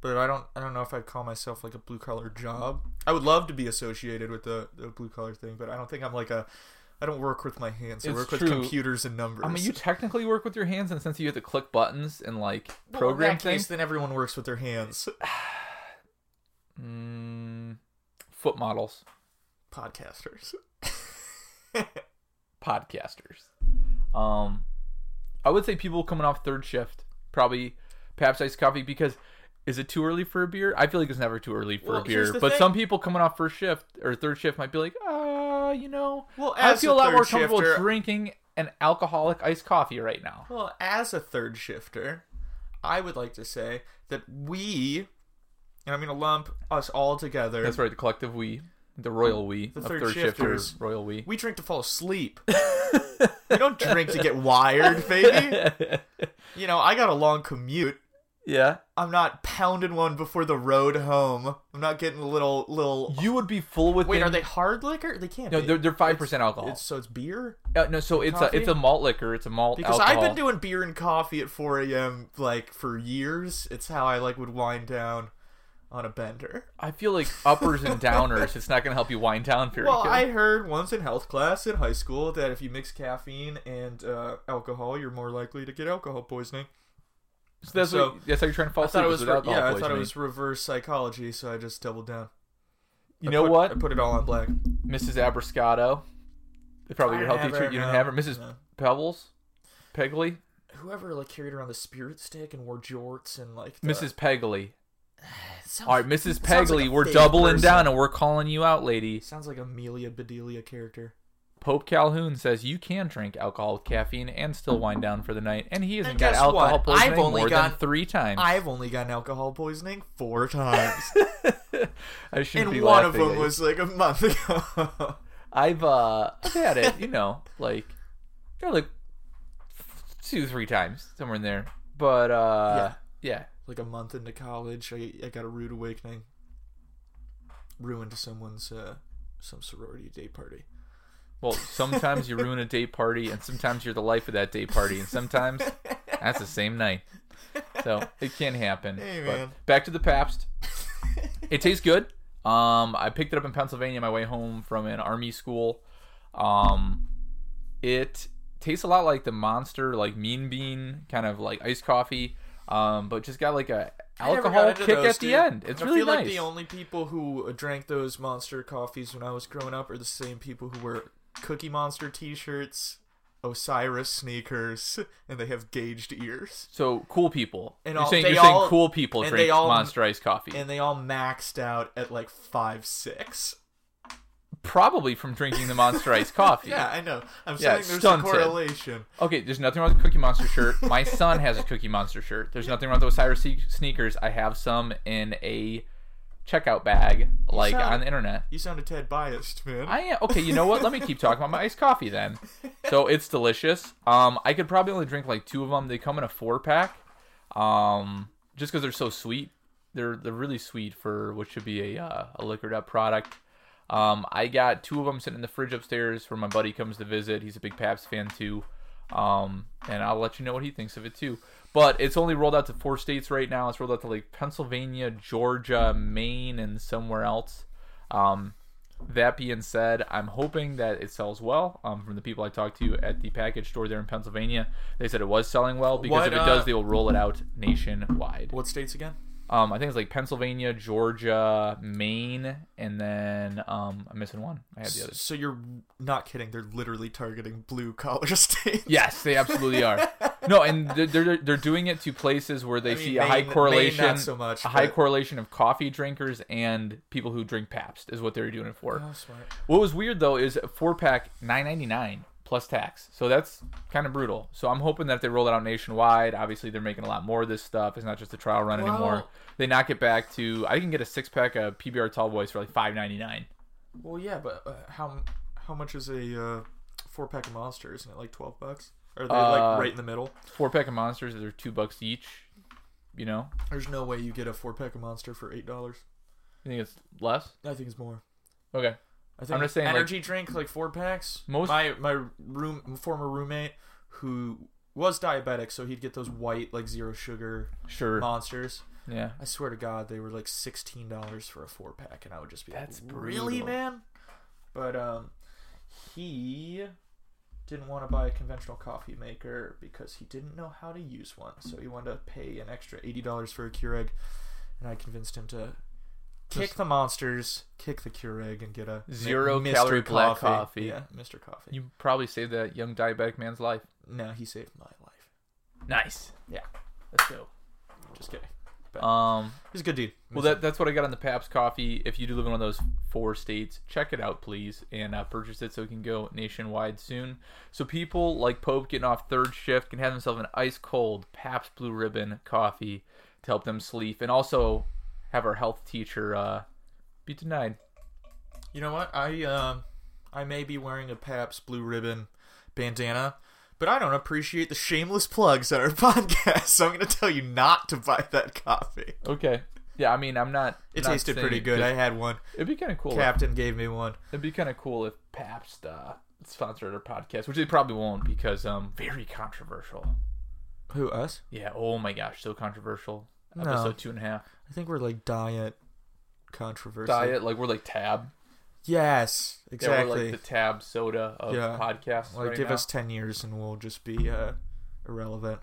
S1: but I don't. I don't know if I'd call myself like a blue collar job. I would love to be associated with the, the blue collar thing, but I don't think I'm like a. I don't work with my hands. I
S2: It's
S1: work
S2: true.
S1: with computers and numbers.
S2: I mean, you technically work with your hands in the sense that you have to click buttons and like
S1: Well, in
S2: program
S1: that case,
S2: things.
S1: then everyone works with their hands.
S2: Mm, foot models,
S1: Podcasters.
S2: podcasters. Um, I would say people coming off third shift probably Pabst iced coffee because is it too early for a beer? I feel like it's never too early for
S1: Well,
S2: a
S1: here's
S2: beer,
S1: the
S2: but
S1: thing.
S2: some people coming off first shift or third shift might be like, uh, you know,
S1: Well,
S2: I
S1: as
S2: feel a
S1: a
S2: lot
S1: third
S2: more comfortable
S1: shifter,
S2: drinking an alcoholic iced coffee right now.
S1: Well, as a third shifter, I would like to say that we, and I'm going to lump us all together.
S2: That's right, the collective we, the royal we, the
S1: third
S2: third shifters,
S1: shifters.
S2: royal we.
S1: We drink to fall asleep. we don't drink to get wired, baby. You know, I got a long commute.
S2: yeah,
S1: I'm not pounding one before the road home. I'm not getting a little little.
S2: you would be full within.
S1: Wait, are they hard liquor? They can't.
S2: No,
S1: be.
S2: they're they're five percent alcohol.
S1: It's, so it's beer.
S2: Uh, no, so it's a
S1: coffee?
S2: it's a malt liquor. It's a malt
S1: Because
S2: alcohol.
S1: I've been doing beer and coffee at 4 a.m. like for years. It's how I like would wind down on a bender.
S2: I feel like uppers and downers. It's not going to help you wind down. Very
S1: Well, I heard once in health class in high school that if you mix caffeine and uh, alcohol, you're more likely to get alcohol poisoning.
S2: so that's
S1: so-
S2: what, that's how you're trying to fall
S1: I
S2: asleep.
S1: thought it
S2: is
S1: was
S2: with
S1: re-
S2: alcohol
S1: yeah, I thought
S2: poisoning.
S1: it was reverse psychology, so I just doubled down.
S2: You
S1: I
S2: know
S1: put-
S2: what,
S1: I put it all on black.
S2: Mrs. Abrascato, probably your
S1: I
S2: health teacher.
S1: never
S2: You didn't
S1: know.
S2: have her, Mrs.
S1: No.
S2: Pebbles, Pegley,
S1: Whoever like carried around the spirit stick and wore jorts and like the,
S2: Mrs. Pegley.
S1: It sounds,
S2: All right, Mrs.
S1: Sounds like
S2: Pegley,
S1: a
S2: we're
S1: fake
S2: doubling
S1: person.
S2: down and we're calling you out, lady.
S1: sounds like Amelia Bedelia character.
S2: Pope Calhoun says you can drink alcohol with caffeine and still wind down for the night, and he hasn't
S1: And
S2: got
S1: guess
S2: alcohol
S1: what?
S2: poisoning
S1: I've only
S2: more than
S1: got-
S2: three times.
S1: I've only gotten alcohol poisoning four times.
S2: I shouldn't
S1: and
S2: be
S1: one of
S2: laughing at
S1: them
S2: you.
S1: was like a month ago.
S2: I've uh I've had it, you know, like probably two three times somewhere in there, but uh yeah.
S1: like a month into college, I, I got a rude awakening. Ruined someone's uh, some sorority day party.
S2: Well, sometimes you ruin a day party, and sometimes you're the life of that day party, and sometimes that's the same night. So it can happen.
S1: Hey,
S2: But
S1: man.
S2: back to the Pabst. it tastes good. Um, I picked it up in Pennsylvania on my way home from an army school. Um, it tastes a lot like the monster, like mean bean kind of like iced coffee. Um, but just got like a alcohol kick at the end. It's
S1: I
S2: really
S1: feel
S2: nice.
S1: like the only people who drank those monster coffees when I was growing up are the same people who wear Cookie Monster T-shirts Osiris sneakers, and they have gauged ears.
S2: So cool people.
S1: And
S2: you're
S1: all-
S2: saying,
S1: they
S2: you're saying
S1: all-
S2: cool people
S1: and
S2: drink
S1: they all-
S2: Monster Ice coffee,
S1: And they all maxed out at like five six.
S2: probably from drinking the Monster Ice coffee.
S1: Yeah, I know. I'm
S2: Yeah,
S1: saying there's
S2: stunted.
S1: a correlation.
S2: Okay, there's nothing wrong with the Cookie Monster shirt. My son has a Cookie Monster shirt. There's nothing wrong with Osiris se- sneakers. I have some in a checkout bag, like
S1: sound-
S2: on the internet.
S1: You sound a tad biased, man.
S2: I am okay. You know what? Let me keep talking about my iced coffee then. So it's delicious. Um, I could probably only drink like two of them. They come in a four pack. Um, just because they're so sweet, they're they're really sweet for what should be a uh, a liquored up product. Um, I got two of them sitting in the fridge upstairs where my buddy comes to visit. He's a big Pabst fan too. Um, and I'll let you know what he thinks of it too. But it's only rolled out to four states right now. It's rolled out to like Pennsylvania, Georgia, Maine, and somewhere else. Um, that being said, I'm hoping that it sells well. Um, from the people I talked to at the package store there in Pennsylvania, they said it was selling well because
S1: What,
S2: if it
S1: uh,
S2: does, they will roll it out nationwide.
S1: what states again?
S2: Um, I think it's like Pennsylvania, Georgia, Maine, and then um, I'm missing one. I had the others.
S1: So you're not kidding. They're literally targeting blue collar states.
S2: Yes, they absolutely are. No, and they're they're, they're doing it to places where they
S1: mean,
S2: see a high
S1: Maine- Maine
S2: correlation,
S1: not so much,
S2: a high
S1: but-
S2: correlation of coffee drinkers and people who drink Pabst is what they're doing it for.
S1: Oh, smart.
S2: What was weird though is a four pack nine ninety nine plus tax, so that's kind of brutal. So I'm hoping that if they roll it out nationwide. Obviously, they're making a lot more of this stuff. It's not just a trial run anymore.
S1: Well-
S2: They knock it back to I can get a six pack of PBR Tall Boys for like five ninety nine.
S1: Well, yeah, but uh, how how much is a uh, four pack of Monster? Isn't it like twelve bucks? Are they
S2: Uh,
S1: like right in the middle?
S2: Four pack of monsters, they're two bucks each. You know,
S1: There's no way you get a four pack of Monster for eight dollars.
S2: you think it's less?
S1: I think it's more.
S2: Okay,
S1: I think
S2: just saying, like-
S1: energy drink like four packs.
S2: Most-
S1: my my room former roommate who was diabetic, so he'd get those white like zero sugar
S2: sure.
S1: monsters.
S2: Yeah,
S1: I swear to God, they were like sixteen dollars for a four pack, and I would just be
S2: That's
S1: like, really,
S2: brutal.
S1: man. But um, he didn't want to buy a conventional coffee maker because he didn't know how to use one, so he wanted to pay an extra eighty dollars for a Keurig, and I convinced him to kick
S2: Just-
S1: the monsters, kick the Keurig, and get a mi-
S2: Zero
S1: Mr.
S2: calorie black coffee.
S1: Yeah, Mr. Coffee.
S2: you probably saved that young diabetic man's life.
S1: No, he saved my life.
S2: Nice.
S1: Yeah.
S2: let's go.
S1: Just kidding.
S2: Um.
S1: He's a good dude.
S2: Well, that, that's what I got on the Pabst Coffee. If you do live in one of those four states, check it out, please, and uh, purchase it so it can go nationwide soon. So people like Pope getting off third shift can have themselves an ice cold Pabst Blue Ribbon coffee to help them sleep, and also have our health teacher uh, be denied.
S1: You know what? I um, I may be wearing a Pabst Blue Ribbon bandana, but I don't appreciate the shameless plugs at our podcast. So I'm going to tell you not to buy that coffee.
S2: Okay. Yeah, I mean, I'm not.
S1: It
S2: not
S1: tasted
S2: saying
S1: pretty
S2: it
S1: good.
S2: just-
S1: I had one.
S2: it'd be kind of cool. If,
S1: Captain gave me one.
S2: it'd be kind of cool if Pabst uh, sponsored our podcast, which they probably won't because um, very controversial.
S1: Who us?
S2: Yeah. Oh my gosh, so controversial.
S1: No.
S2: Episode two and a half.
S1: I think we're like diet controversy.
S2: Diet, like we're like tab.
S1: Yes,
S2: Yeah,
S1: exactly.
S2: we're like the tab soda of
S1: Yeah.
S2: podcasts.
S1: Like,
S2: right
S1: give
S2: now.
S1: us 10 years and we'll just be uh, irrelevant.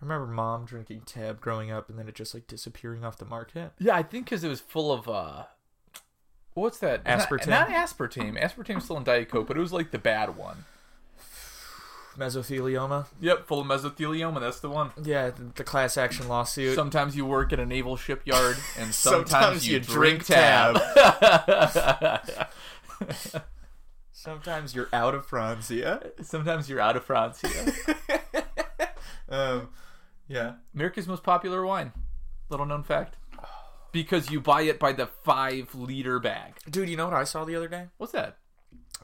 S1: I remember mom drinking tab growing up and then it just like disappearing off the market.
S2: Yeah, I think because it was full of uh, what's that? It's
S1: Aspartame.
S2: Not, not aspartame. Aspartame's still in Diet Coke, but it was like the bad one.
S1: Mesothelioma.
S2: Yep, full of mesothelioma. That's the one.
S1: Yeah, the, the class action lawsuit.
S2: Sometimes you work at a naval shipyard, and sometimes,
S1: Sometimes
S2: you,
S1: you
S2: drink,
S1: drink
S2: tab.
S1: Sometimes you're out of Franzia.
S2: sometimes you're out of France. yeah.
S1: Um, yeah.
S2: America's most popular wine. Little known fact. Because you buy it by the five liter bag.
S1: Dude, you know what I saw the other day?
S2: What's that?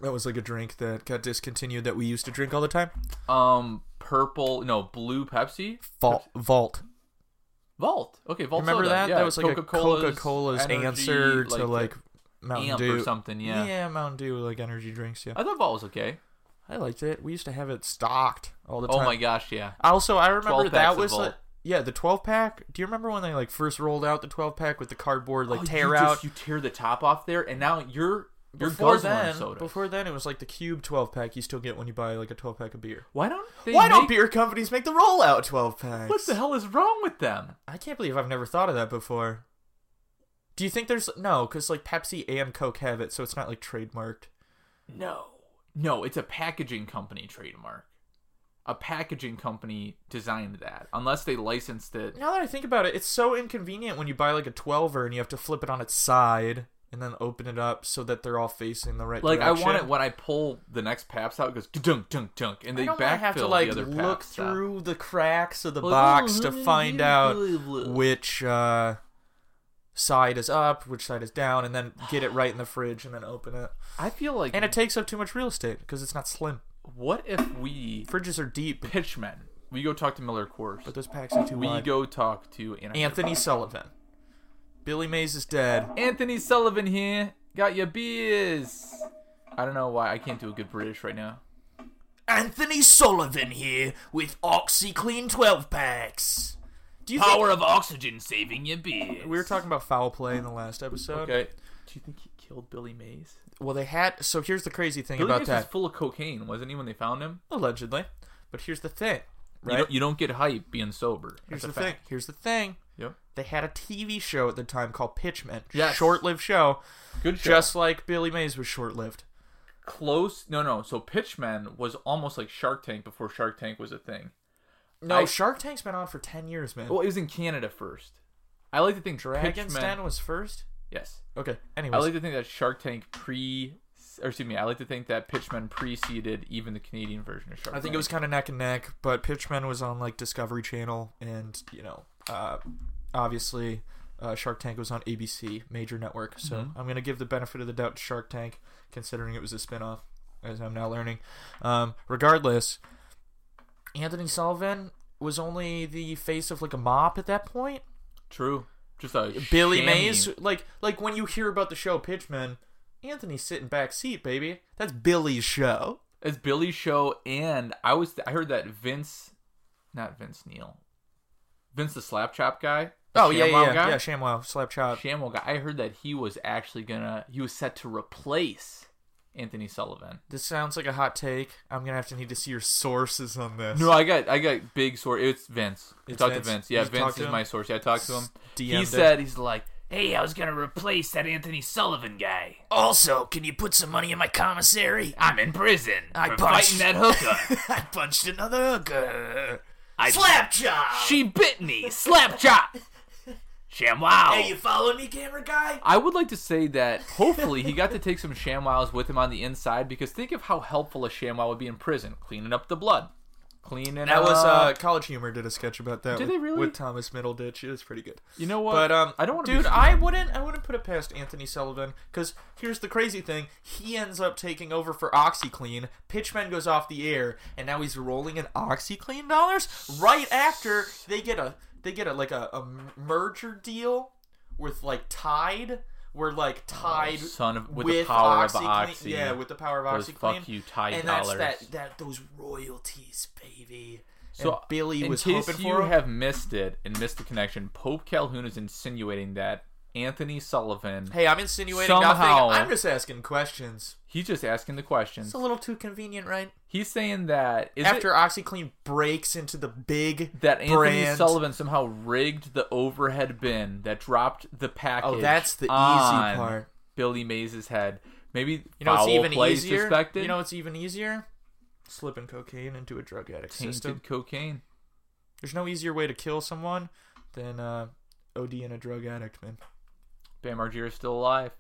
S1: That was like a drink that got discontinued that we used to drink all the time.
S2: Um, purple, no, blue Pepsi.
S1: Vault. Vault.
S2: Vault. Okay, Vault.
S1: Remember
S2: soda.
S1: that?
S2: Yeah,
S1: that was like
S2: Coca-Cola's
S1: a Coca-Cola's
S2: energy,
S1: answer to like
S2: the
S1: Mountain
S2: amp
S1: Dew
S2: or something. Yeah.
S1: Mountain Dew like energy drinks. Yeah,
S2: I thought Vault was okay.
S1: I liked it. We used to have it stocked all the
S2: Oh
S1: time.
S2: my gosh, yeah.
S1: Also, I
S2: 12
S1: remember
S2: packs
S1: that
S2: of
S1: was
S2: Vault.
S1: like, yeah the twelve pack. Do you remember when they like first rolled out the twelve pack with the cardboard like
S2: Oh,
S1: tear
S2: you
S1: out?
S2: Just, you tear the top off there, and now you're you're
S1: before
S2: guzzling
S1: then,
S2: soda.
S1: before then, it was like the cube 12 pack you still get when you buy like a 12 pack of beer.
S2: Why don't they
S1: Why don't
S2: make-
S1: beer companies make the rollout 12 packs?
S2: What the hell is wrong with them?
S1: I can't believe I've never thought of that before. Do you think there's no? Because like Pepsi and Coke have it, so it's not like trademarked.
S2: No, No, it's a packaging company trademark. A packaging company designed that, unless they licensed it.
S1: Now that I think about it, it's so inconvenient when you buy like a 12er and you have to flip it on its side and then open it up so that they're all facing the right
S2: Like I
S1: direction.
S2: want it when I pull the next Paps out, it goes dunk dunk dunk, and
S1: I
S2: they
S1: don't
S2: backfill
S1: wanna have to
S2: the
S1: like
S2: other
S1: look
S2: Pabst out.
S1: through the cracks of the
S2: Like,
S1: box to
S2: oh,
S1: find
S2: you
S1: out
S2: blah, blah.
S1: which uh, side is up, which side is down, and then get it right in the fridge and then open it.
S2: I feel like.
S1: And it takes up too much real estate because it's not slim.
S2: what if we
S1: Fridges are deep,
S2: pitchmen? We go talk to Miller Coors.
S1: but those packs are too
S2: we
S1: wide.
S2: go talk to Anthony.
S1: Anthony Sullivan. Billy Mays is dead.
S2: Anthony Sullivan here. Got your beers. I don't know why I can't do a good British right now.
S1: Anthony Sullivan here with OxyClean 12 packs. Do you think
S2: of oxygen saving your beers.
S1: we were talking about foul play in the last episode?
S2: Okay. Do you think he killed Billy Mays?
S1: Well, they had. So here's the crazy thing
S2: Billy
S1: about
S2: Mays
S1: that.
S2: was full of cocaine, wasn't he? When they found him,
S1: Allegedly. But here's the thing,
S2: you,
S1: right?
S2: don't, you don't get hype being sober.
S1: Here's
S2: That's a
S1: the thing.
S2: fact.
S1: Here's the thing.
S2: Yep.
S1: They had a TV show at the time called Pitchman.
S2: Yes.
S1: Short-lived show,
S2: Good show.
S1: just like Billy Mays was short-lived.
S2: close. No, no. So Pitchman was almost like Shark Tank before Shark Tank was a thing.
S1: No,
S2: I-
S1: Shark Tank's been on for 10 years, man.
S2: Well, it was in Canada first. I like to think
S1: Dragon's
S2: Oh, Pitchman.
S1: Den was first?
S2: Yes.
S1: Okay.
S2: I
S1: Anyways,
S2: like to think that Shark Tank pre, or excuse me, I like to think that Pitchman preceded even the Canadian version of Shark Tank.
S1: I think it was kind of neck and neck, but Pitchman was on like Discovery Channel, and you know, uh, obviously, uh, Shark Tank was on ABC, major network. So I'm gonna give the benefit of the doubt to Shark Tank, considering it was a spinoff, as I'm now learning. Um, regardless, Anthony Sullivan was only the face of like a mop at that point.
S2: true. Just a
S1: Billy
S2: chamois.
S1: Mays, like like when you hear about the show Pitchman, Anthony's sitting back seat, baby. That's Billy's show.
S2: It's Billy's show, and I was I heard that Vince, not Vince Neal, Vince the Slap Chop guy. the
S1: Oh yeah,
S2: ShamWow
S1: yeah,
S2: guy,
S1: yeah. ShamWow, slap chop.
S2: ShamWow guy. I heard that he was actually gonna he was set to replace Anthony Sullivan.
S1: This sounds like a hot take. I'm gonna have to need to see your sources on this.
S2: No, I got I got big source. It's Vince. I
S1: It's
S2: talked
S1: Vince.
S2: to Vince. Yeah,
S1: You talked
S2: Vince
S1: to
S2: is
S1: him?
S2: my source. Yeah, I talked to him.
S1: DM'd
S2: He
S1: it.
S2: said he's like, "Hey, I was gonna replace that Anthony Sullivan guy.
S1: Also, can you put some money in my commissary?
S2: I'm in prison
S1: I
S2: for
S1: punched-
S2: fighting that hooker.
S1: I punched another hooker.
S2: I-
S1: Slap chop.
S2: she bit me. Slap chop. ShamWow.
S1: following me, camera guy?
S2: I would like to say that hopefully he got to take some ShamWows with him on the inside because think of how helpful a ShamWow would be in prison, cleaning up the blood, cleaning
S1: That was uh,
S2: up-
S1: College Humor did a sketch about that.
S2: Did
S1: with,
S2: they really?
S1: With Thomas Middleditch, it was pretty good.
S2: you know what?
S1: But um,
S2: I don't want to,
S1: dude. I wouldn't. I wouldn't put it past Anthony Sullivan because here's the crazy thing: he ends up taking over for OxyClean. Pitchman goes off the air, and now he's rolling in OxyClean dollars right after they get a they get a like a, a merger deal with like Tide, where like Tide
S2: Oh, son of with, the power of
S1: OxyClean-
S2: Oxy.
S1: yeah, with the power of
S2: Those
S1: OxyClean.
S2: fuck you Tide
S1: and
S2: dollars.
S1: that's that that those royalties, baby.
S2: so
S1: and Billy
S2: in
S1: was
S2: case
S1: hoping
S2: you
S1: for 'em.
S2: have missed it and missed the connection, Pope Calhoun is insinuating that Anthony Sullivan.
S1: Hey, I'm insinuating
S2: Somehow-
S1: nothing. I'm just asking questions.
S2: He's just asking the questions.
S1: It's a little too convenient, right?
S2: He's saying that is it
S1: After OxyClean breaks into the big
S2: that Anthony
S1: brand.
S2: Sullivan somehow rigged the overhead bin that dropped the package.
S1: Oh, that's the easy
S2: on
S1: part.
S2: Billy Mays' head. Maybe
S1: You know, it's
S2: foul
S1: even
S2: play is
S1: easier.
S2: suspected.
S1: You know, it's even easier. Slipping cocaine into a drug addict
S2: tainted
S1: system.
S2: cocaine.
S1: There's no easier way to kill someone than uh, OD and a drug addict, man.
S2: Bam Margera is still alive.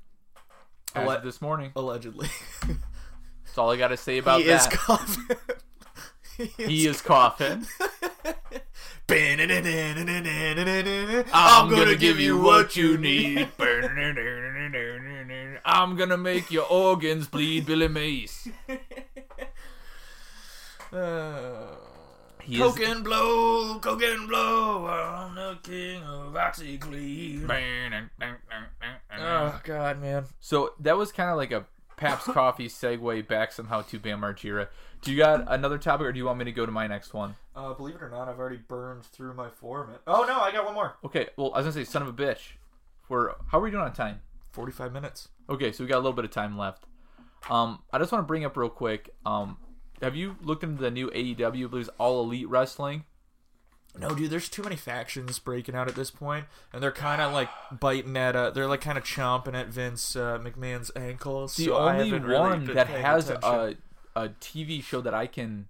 S2: As
S1: Ele-
S2: of this morning.
S1: Allegedly,
S2: That's all I got to say about
S1: he is
S2: that.
S1: coffin.
S2: he is coughing.
S1: I'm
S2: I'm gonna make your organs bleed, Billy Mays.
S1: Uh,
S2: He
S1: Coke
S2: is.
S1: and blow, coke and blow. I'm the king of OxyClean. Oh God, man.
S2: So that was kind of like a Paps Coffee segue back somehow to Bam Margera. Do you got another topic, or do you want me to go to my next one?
S1: Uh, believe it or not, I've already burned through my four minutes. Oh no, I got one more.
S2: Okay, well, I was gonna say, son of a bitch. We're how are we doing on time?
S1: Forty-five minutes.
S2: Okay, so we got a little bit of time left. Um, I just want to bring up real quick. Um, have you looked into the new AEW? I believe it's All Elite Wrestling.
S1: No, dude, there's too many factions breaking out at this point, and they're kind of like biting at. Uh, they're like kind of chomping at Vince uh, McMahon's ankles.
S2: The
S1: so I
S2: only
S1: haven't
S2: one
S1: really been
S2: that
S1: paying
S2: has
S1: attention.
S2: a a TV show that I can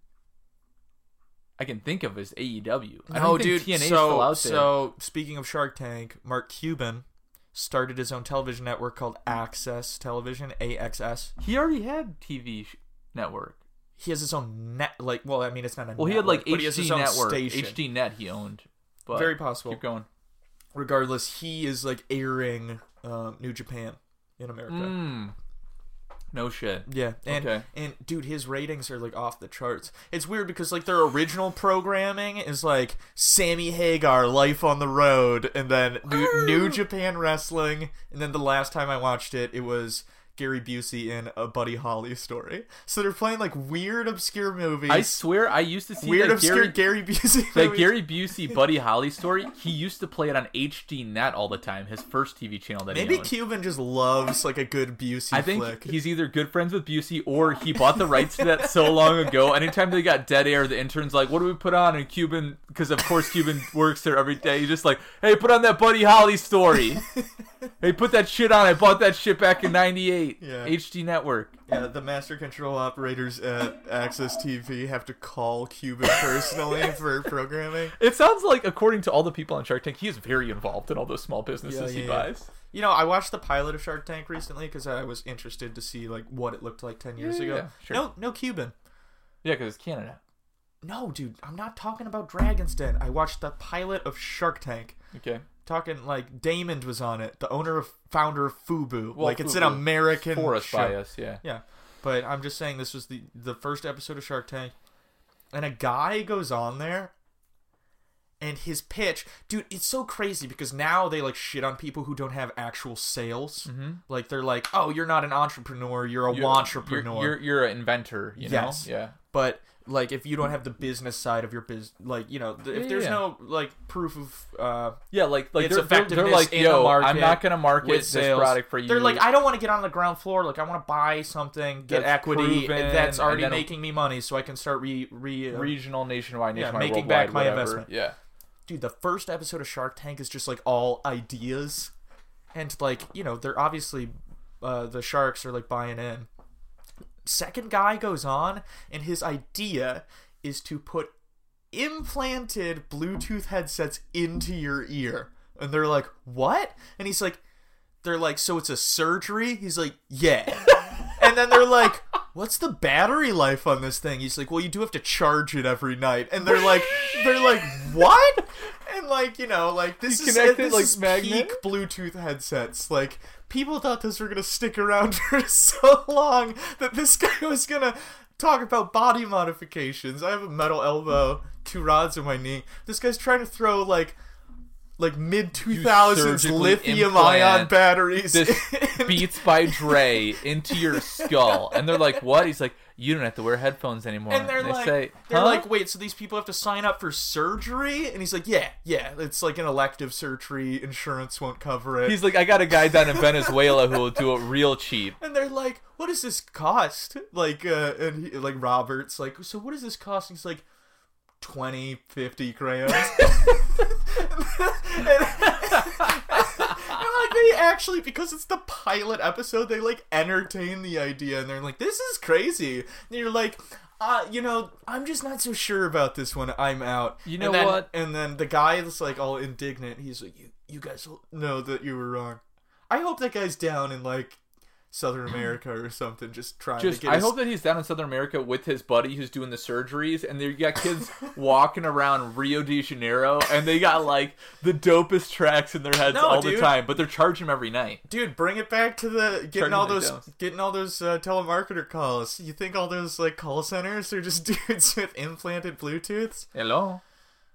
S2: I can think of as AEW. I
S1: No,
S2: don't think
S1: Oh, dude.
S2: TNA
S1: so,
S2: is still out there.
S1: so speaking of Shark Tank, Mark Cuban started his own television network called Access Television, AXS.
S2: he already had TV sh- network.
S1: He has his own net, like, well, I mean, it's not a.
S2: Well, he had like
S1: but he has
S2: HD
S1: his own
S2: network,
S1: station.
S2: HD net he owned. But
S1: Very possible.
S2: Keep going.
S1: Regardless, he is like airing um, New Japan in America.
S2: Mm. No shit.
S1: Yeah, and
S2: Okay.
S1: and dude, his ratings are like off the charts. It's weird because like their original programming is like Sammy Hagar, Life on the Road, and then New, New
S2: Oh.
S1: Japan Wrestling, and then the last time I watched it, it was Gary Busey in a Buddy Holly story. So they're playing like weird, obscure movies.
S2: I swear I used to see
S1: weird,
S2: that
S1: obscure Gary,
S2: Gary,
S1: Busey.
S2: that
S1: movies.
S2: Gary Busey Buddy Holly story. He used to play it on HD net all the time. His first TV channel that
S1: Maybe
S2: he owned.
S1: Cuban just loves like a good Busey
S2: I think
S1: flick.
S2: he's either good friends with Busey or he bought the rights to that so long ago. Anytime they got dead air, the intern's like, "What do we put on?" And Cuban, because of course Cuban works there every day. He's just like, "Hey, put on that Buddy Holly story. hey, put that shit on. I bought that shit back in '98.
S1: Yeah.
S2: HD Network.
S1: Yeah, the master control operators at Access TV have to call Cuban personally for programming.
S2: It sounds like, according to all the people on Shark Tank, he is very involved in all those small businesses
S1: Yeah, yeah,
S2: he
S1: yeah.
S2: buys.
S1: You know, I watched the pilot of Shark Tank recently because I was interested to see like what it looked like ten years
S2: Yeah,
S1: ago.
S2: yeah, sure.
S1: No, no Cuban.
S2: Yeah, because it's Canada.
S1: No, dude, I'm not talking about Dragon's Den. I watched the pilot of Shark Tank.
S2: Okay.
S1: Talking like Damon was on it, the owner of founder of Fubu.
S2: Well,
S1: like it's an
S2: Fubu.
S1: American
S2: For us,
S1: show.
S2: by us, yeah.
S1: Yeah, but I'm just saying this was the the first episode of Shark Tank, and a guy goes on there, and his pitch, dude, it's so crazy because now they like shit on people who don't have actual sales. Like they're like, oh, you're not an entrepreneur, you're a entrepreneur.
S2: Mm-hmm. You're, you're, you're an inventor, you know?
S1: Yes.
S2: Yeah.
S1: but like if you don't have the business side of your business, like you know, th-
S2: Yeah,
S1: if there's
S2: yeah.
S1: no like proof of uh,
S2: Yeah, like like
S1: It's
S2: they're, they're, they're
S1: effectiveness
S2: like,
S1: in the
S2: yo, I'm
S1: market
S2: not gonna market
S1: with
S2: this
S1: sales.
S2: product for you.
S1: They're like, I don't want to get on the ground floor. Like, I want to buy something, get
S2: That's
S1: equity
S2: proven,
S1: that's
S2: and
S1: already
S2: then-
S1: making me money, so I can start re re. uh,
S2: regional, nationwide,
S1: Yeah,
S2: nationwide,
S1: making
S2: worldwide,
S1: back my
S2: whatever.
S1: investment.
S2: Yeah,
S1: Dude, the first episode of Shark Tank is just like all ideas, and like you know, they're obviously uh, the sharks are like buying in. Second guy goes on, and his idea is to put implanted Bluetooth headsets into your ear. And they're like, what? And he's like, they're like, so it's a surgery? He's like, yeah. and then they're like, what's the battery life on this thing? He's like, well, you do have to charge it every night. And they're like, they're like, what? And like, you know, like this
S2: You
S1: is
S2: connect it
S1: this
S2: like
S1: is
S2: magnet?
S1: peak Bluetooth headsets. Like people thought those were gonna stick around for so long that this guy was gonna talk about body modifications. I have a metal elbow, two rods in my knee. This guy's trying to throw like like mid two thousands
S2: surgically
S1: lithium ion
S2: implant
S1: batteries.
S2: this
S1: in-
S2: Beats by Dre into your skull, and they're like, what? He's like, you don't have to wear headphones anymore.
S1: and they're
S2: they
S1: like,
S2: say,
S1: they're
S2: "Huh?"
S1: like, wait, so these people have to sign up for surgery? And he's like, yeah, yeah, it's like an elective surgery. Insurance won't cover it.
S2: He's like, I got a guy down in Venezuela who will do it real cheap.
S1: and they're like, "What does this cost?" Like, uh, and he, like Roberts, like, "So what does this cost?" And he's like, 20, 50 crayons. and, and, like they actually, because it's the pilot episode, they like entertain the idea, and they're like, "This is crazy." And you're like. Uh, you know, I'm just not so sure about this one. I'm out.
S2: You know
S1: and then,
S2: what?
S1: And then the guy that's like all indignant. He's like, "You, you guys will know that you were wrong." I hope that guy's down in like Southern America or something, just trying
S2: Just,
S1: to get.
S2: I
S1: his-
S2: hope that he's down in Southern America with his buddy who's doing the surgeries, and they got kids walking around Rio de Janeiro, and they got like the dopest tracks in their heads
S1: No,
S2: all
S1: dude.
S2: the time, but they're charging them every night.
S1: dude, bring it back to the getting
S2: Turn
S1: all
S2: it
S1: those
S2: down.
S1: getting all those uh, telemarketer calls. You think all those like call centers are just dudes with implanted Bluetooths?
S2: Hello,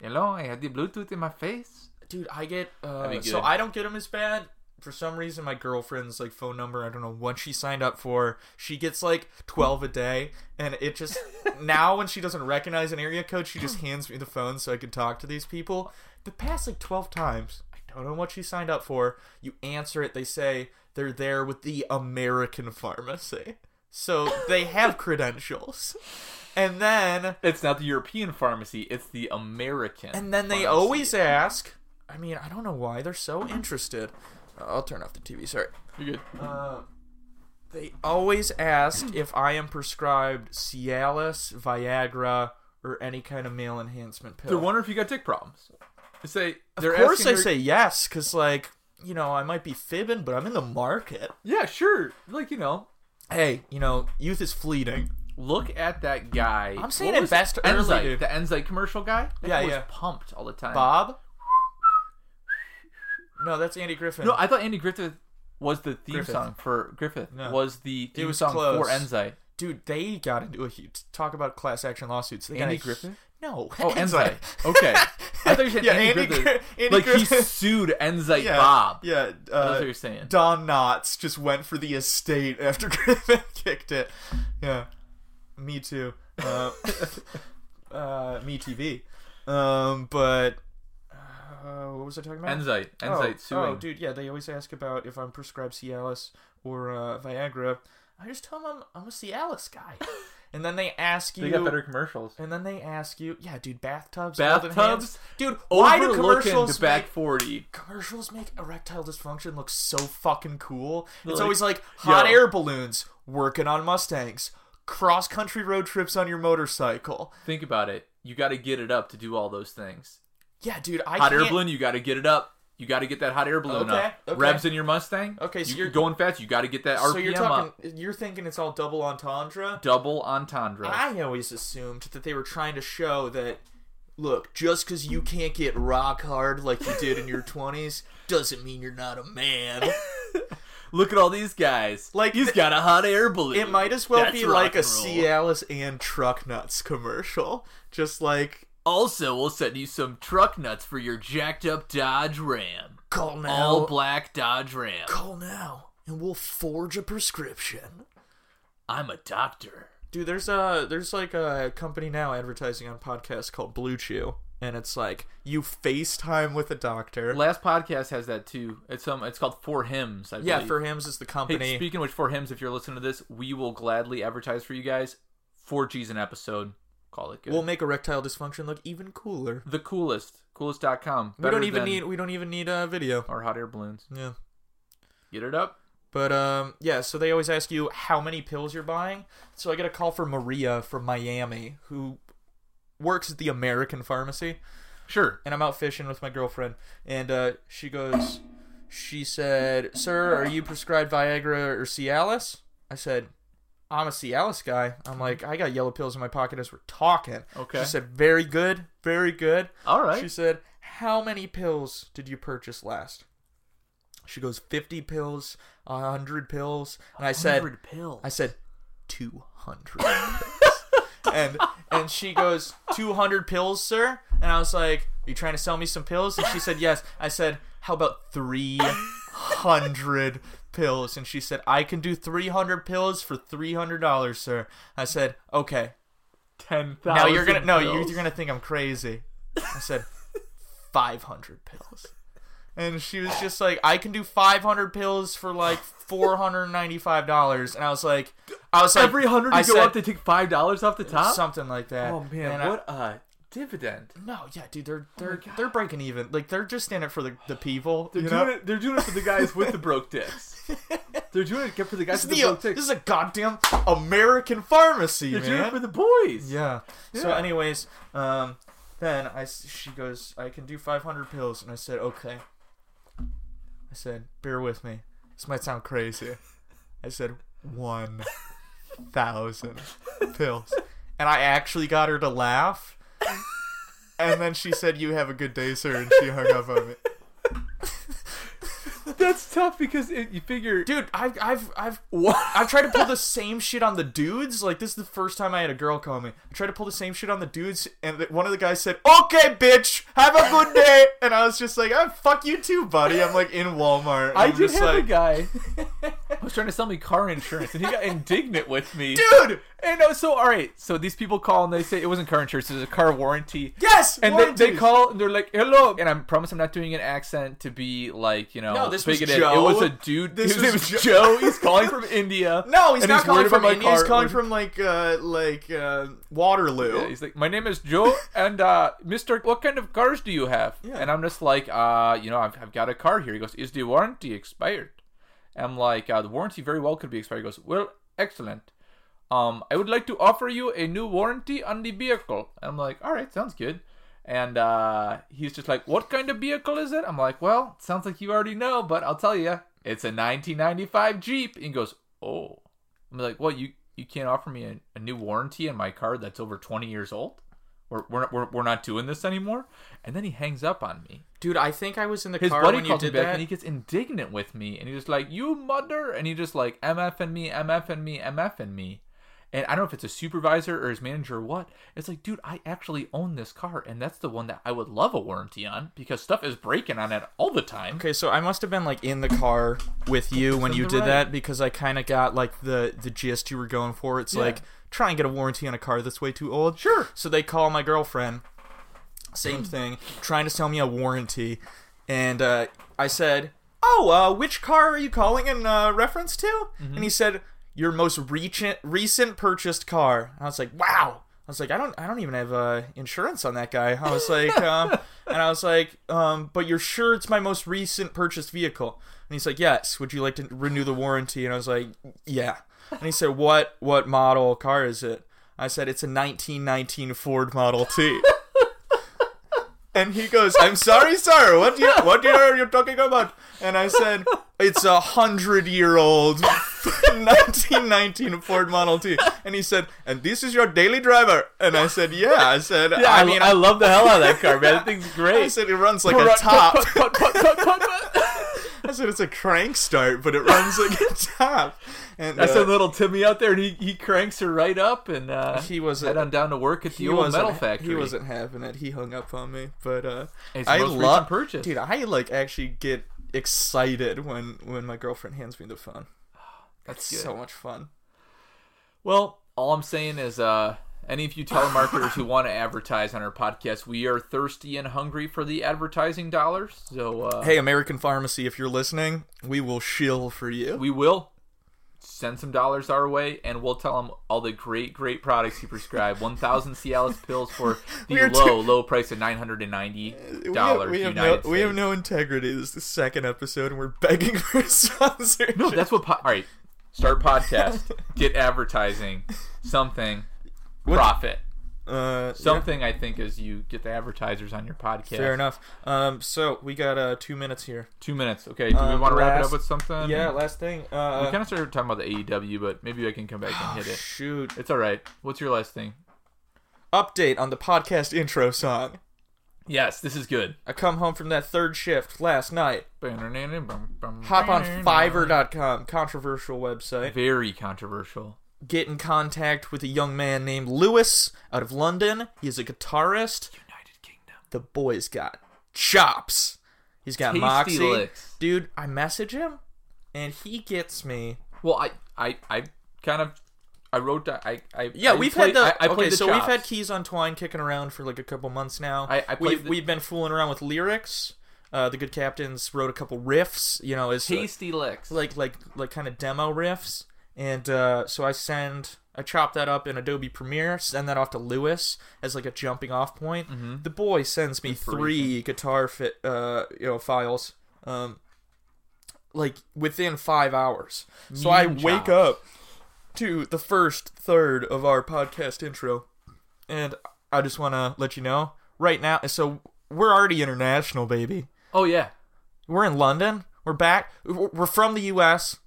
S2: hello. I had the Bluetooth in my face.
S1: Dude, I get uh,
S2: That'd be
S1: so
S2: good.
S1: I don't get them as bad. For some reason, my girlfriend's like phone number. I don't know what she signed up for. She gets like twelve a day, and it just now when she doesn't recognize an area code, she just hands me the phone so I can talk to these people. The past like twelve times, I don't know what she signed up for. You answer it, they say they're there with the American pharmacy, so they have credentials, and then
S2: It's not the European pharmacy; it's the American.
S1: and then they
S2: pharmacy.
S1: always ask. I mean, I don't Uh, know why they're so interested. I'll turn off the TV. Sorry.
S2: You're good.
S1: Uh, They always ask if I am prescribed Cialis, Viagra, or any kind of male enhancement pill.
S2: They're wondering if you got dick problems. They say, they're
S1: Oh. of course,
S2: asking
S1: I
S2: their-
S1: say yes, because like you know I might be fibbing, but I'm in the market.
S2: yeah, sure. Like you know,
S1: Hey, you know youth is fleeting.
S2: look at that guy.
S1: I'm saying
S2: What
S1: it
S2: was
S1: best early,
S2: Enzyte,
S1: dude.
S2: the Enzyte commercial guy. That
S1: Yeah,
S2: guy
S1: yeah.
S2: was pumped all the time.
S1: Bob. No, that's Andy Griffin.
S2: No, I thought Andy Griffith was the theme
S1: Griffith.
S2: song for Griffith.
S1: No.
S2: Was the theme
S1: was
S2: song
S1: close.
S2: for Enzyte?
S1: Dude, they got into a huge talk about class action lawsuits. They got
S2: Andy
S1: a-
S2: Griffin?
S1: No,
S2: Oh, Enzyte.
S1: Enzyme.
S2: okay, I thought you said
S1: yeah,
S2: Andy,
S1: Andy
S2: Griffith.
S1: Gri- Andy
S2: like he
S1: Griffith.
S2: sued Enzyte
S1: yeah,
S2: Bob.
S1: Yeah,
S2: That's
S1: uh,
S2: what you're saying.
S1: Don Knotts just went for the estate after Griffin kicked it. Yeah, me too. Uh, uh, me TV. Um, but uh, what was I talking about?
S2: Enzyte. Enzyte
S1: oh,
S2: suing.
S1: Oh, dude, yeah, they always ask about if I'm prescribed Cialis or uh, Viagra. I just tell them I'm, I'm a Cialis guy. and then they ask you.
S2: They got better commercials.
S1: and then they ask you, yeah, dude, bathtubs, golden hands.
S2: Bathtubs.
S1: dude. Why do
S2: Overlooking
S1: commercials
S2: the back
S1: make,
S2: forty?
S1: commercials make erectile dysfunction look so fucking cool? It's
S2: Like,
S1: always like hot
S2: yo.
S1: air balloons, working on Mustangs, cross country road trips on your motorcycle.
S2: Think about it. You got to get it up to do all those things.
S1: Yeah, dude, I
S2: Hot
S1: can't.
S2: air balloon. You got to get it up. You got to get that hot air balloon
S1: Okay,
S2: up.
S1: okay.
S2: Revs in your Mustang.
S1: Okay, so
S2: you,
S1: you're-
S2: are going fast. You got to get that RPM
S1: So you're
S2: up.
S1: talking, you're thinking it's all double entendre.
S2: Double entendre.
S1: I always assumed that they were trying to show that, look, just because you can't get rock hard like you did in your 20s doesn't mean you're not a man.
S2: Look at all these guys.
S1: Like,
S2: he's
S1: th-
S2: got a hot air balloon.
S1: It might as well
S2: That's
S1: be
S2: rock
S1: like a
S2: and roll.
S1: Cialis and Truck Nuts commercial. Just like,
S2: Also, we'll send you some truck nuts for your jacked up Dodge Ram.
S1: call now.
S2: All black Dodge Ram.
S1: call now, and we'll forge a prescription.
S2: I'm a doctor.
S1: Dude, there's a there's like a company now advertising on podcasts called Blue Chew, and it's like you FaceTime with a doctor.
S2: Last podcast has that too. It's um, it's called For Hims. I
S1: Yeah,
S2: believe.
S1: for hims is the
S2: Hey,
S1: company.
S2: speaking of which, For Hims, if you're listening to this, we will gladly advertise for you guys. Four G's an episode. Call it good.
S1: We'll make erectile dysfunction look even cooler.
S2: the coolest, coolest.com.
S1: We don't
S2: Better
S1: even
S2: than
S1: need we don't even need a video.
S2: our hot air balloons.
S1: Yeah.
S2: Get it up.
S1: But um yeah, so they always ask you how many pills you're buying. So I get a call from Maria from Miami who works at the American pharmacy
S2: Sure.
S1: and I'm out fishing with my girlfriend and uh she goes she said, "Sir, are you prescribed Viagra or Cialis?" I said, "I'm a Cialis guy." I'm like, "I got yellow pills in my pocket as we're talking."
S2: Okay.
S1: She said, "Very good. Very good."
S2: All right.
S1: She said, How many pills did you purchase last? She goes, 50 pills, 100 pills. And I said,
S2: 100 pills.
S1: I said, 200 pills. and, and she goes, 200 pills, sir? And I was like, Are you trying to sell me some pills? And she said, Yes. I said, How about 300 pills? And she said, I can do 300 pills for $300, sir. I said, Okay.
S2: ten thousand.
S1: Now you're gonna no, you're, you're gonna think I'm crazy. I said five hundred pills, and she was just like, I can do five hundred pills for like four hundred ninety five dollars, and I was like, I was like,
S2: every hundred
S1: I
S2: you go
S1: said
S2: up, they take five dollars off the top.
S1: something like that.
S2: oh man,
S1: And I-
S2: what a dividend!
S1: no, yeah, dude, they're they're
S2: God.
S1: they're breaking even. Like they're just in it for the the people.
S2: They're
S1: you
S2: doing
S1: know?
S2: it. They're doing it for the guys with the broke dicks. They're doing it for the guys
S1: This,
S2: with
S1: is
S2: the
S1: the-
S2: broke
S1: this
S2: dicks.
S1: is a goddamn American pharmacy,
S2: They're
S1: man.
S2: doing it for the boys.
S1: Yeah. So,
S2: Yeah.
S1: anyways, um, then I s- she goes, I can do 500 pills, and I said, okay. I said, bear with me. This might sound crazy. I said, one thousand pills, and I actually got her to laugh. And then she said, "You have a good day, sir," and she hung up on me.
S2: That's tough because it, you figure
S1: Dude, I've, I've, I've
S2: what?
S1: I've tried to pull the same shit on the dudes. Like this is the first time I had a girl call me. I tried to pull the same shit on the dudes, and th- one of the guys said, "Okay, bitch, have a good day." And I was just like, "Ah, "Fuck you too, buddy." I'm like in Walmart. and
S2: I
S1: I'm
S2: did
S1: just
S2: have
S1: like,
S2: a guy who was trying to sell me car insurance, and he got indignant with me.
S1: dude.
S2: And I was so all right. So these people call and they say it wasn't car insurance; it was a car warranty.
S1: Yes,
S2: And
S1: warranties.
S2: they, they call and they're like, "Hello," and I promise I'm not doing an accent to be like, you know,
S1: No, this was
S2: bigoted.
S1: Joe.
S2: It was a dude.
S1: This
S2: his name
S1: was
S2: was
S1: Joe.
S2: Joe. He's calling from India.
S1: No, he's
S2: and
S1: not calling
S2: worried about
S1: from
S2: my
S1: India. He's
S2: car.
S1: calling from like, uh, like uh, Waterloo.
S2: Yeah, he's like, "My name is Joe, and uh, Mister, what kind of cars do you have?"
S1: Yeah.
S2: And I'm just like, "Uh, you know, I've, I've got a car here." He goes, "Is the warranty expired?" I'm like, uh, the warranty very well could be expired. He goes, well, excellent. Um, I would like to offer you a new warranty on the vehicle. I'm like, all right, sounds good. And uh, he's just like, what kind of vehicle is it? I'm like, well, it sounds like you already know, but I'll tell you, it's a 1995 Jeep. And he goes, oh. I'm like, well, you you can't offer me a, a new warranty on my car that's over 20 years old. We're, we're, we're, we're not doing this anymore. And then he hangs up on me.
S1: Dude, I think I was in the
S2: His
S1: car
S2: buddy
S1: when you
S2: calls me
S1: did
S2: back
S1: that.
S2: and he gets indignant with me and he's just like, You mother and he just like MF and me, MF and me, MF and me. And I don't know if it's a supervisor or his manager or what. It's like, dude, I actually own this car and that's the one that I would love a warranty on because stuff is breaking on it all the time.
S1: Okay, so I must have been like in the car with you when you
S2: Something
S1: did
S2: right.
S1: that because I kind of got like the the gist you were going for. It's
S2: Yeah.
S1: like try and get a warranty on a car that's way too old.
S2: Sure.
S1: So they call my girlfriend, same thing, trying to sell me a warranty, and uh, I said, "Oh, uh, which car are you calling in uh, reference to?" And he said, "Your most recent recent purchased car." And I was like, "Wow." I was like, I don't, I don't even have uh, insurance on that guy. I was like, um, and I was like, um, but you're sure it's my most recent purchased vehicle? And he's like, yes. Would you like to renew the warranty? And I was like, yeah. And he said, what, what model car is it? I said, it's a 1919 Ford Model T. and he goes, I'm sorry, sir. What year, what year are you talking about? And I said, it's a hundred year old 1919 Ford Model T. And he said, and this is your daily driver. And I said, yeah. I said,
S2: Yeah,
S1: I mean, I,
S2: love the hell out of that car, man. That thing's great.
S1: said it runs like
S2: Put-
S1: a
S2: put-
S1: top.
S2: put- put- put- put- put- put.
S1: I said it's a crank start, but it runs like a top. And
S2: I
S1: uh,
S2: said little Timmy out there, and he, he cranks her right up, and uh,
S1: he was
S2: head on down to work at the old metal factory.
S1: He wasn't having it. He hung up on me. But uh,
S2: It's the
S1: I
S2: most recent
S1: love
S2: purchase.
S1: dude. I like actually get excited when when my girlfriend hands me the phone.
S2: That's good.
S1: So much fun.
S2: well, all I'm saying is, uh, any of you telemarketers who want to advertise on our podcast, we are thirsty and hungry for the advertising dollars. So uh,
S1: Hey, American Pharmacy, if you're listening, we will shill for you.
S2: we will send some dollars our way, and we'll tell them all the great, great products you prescribe. 1,000 Cialis pills for the
S1: We are
S2: low,
S1: too-
S2: low price of 990
S1: We
S2: dollars.
S1: have, we, have no,
S2: United
S1: we have
S2: States.
S1: no integrity. This is the second episode, and we're begging for sponsorship.
S2: No, that's what. Po- all right, start podcast, get advertising, something, profit.
S1: uh, yeah.
S2: Something I think is you get the advertisers on your podcast.
S1: Fair enough. Um, so we got uh two minutes here.
S2: Two minutes. Okay, do we
S1: Um,
S2: want to wrap it
S1: last-
S2: up with something?
S1: Yeah, last thing.
S2: Um, We
S1: Uh, Oh,
S2: kind of started talking about the AEW, but maybe I can come back and hit it.
S1: shoot.
S2: It's all right. What's your last thing?
S1: Update on the podcast intro song.
S2: Yes, this is good.
S1: I come home from that third shift last night. Hop on Fiverr.com, controversial website.
S2: Very controversial.
S1: Get in contact with a young man named Lewis out of London. He is a guitarist.
S2: United Kingdom.
S1: The boy's got chops. He's got
S2: Tasty
S1: moxie.
S2: licks.
S1: Dude, I message him and he gets me.
S2: Well, I, I, I kind of, I wrote that. I, I,
S1: Yeah,
S2: I
S1: we've had
S2: played-
S1: the
S2: I, I
S1: okay.
S2: played the
S1: so
S2: chops.
S1: we've had keys on twine kicking around for like a couple months now.
S2: I- I played
S1: we've
S2: the-
S1: we've been fooling around with lyrics. Uh, the good captains wrote a couple riffs. You know, as uh,
S2: tasty licks.
S1: like like like kind of demo riffs and uh, so i send i chop that up in adobe premiere send that off to lewis as like a jumping off point
S2: Mm-hmm.
S1: the boy sends me three guitar fit uh you know files um like within five hours so i
S2: Mean
S1: wake
S2: chops.
S1: up to the first third of our podcast intro and i just want to let you know right now so we're already international baby
S2: oh yeah,
S1: we're in London. We're back. We're we're from the U.S.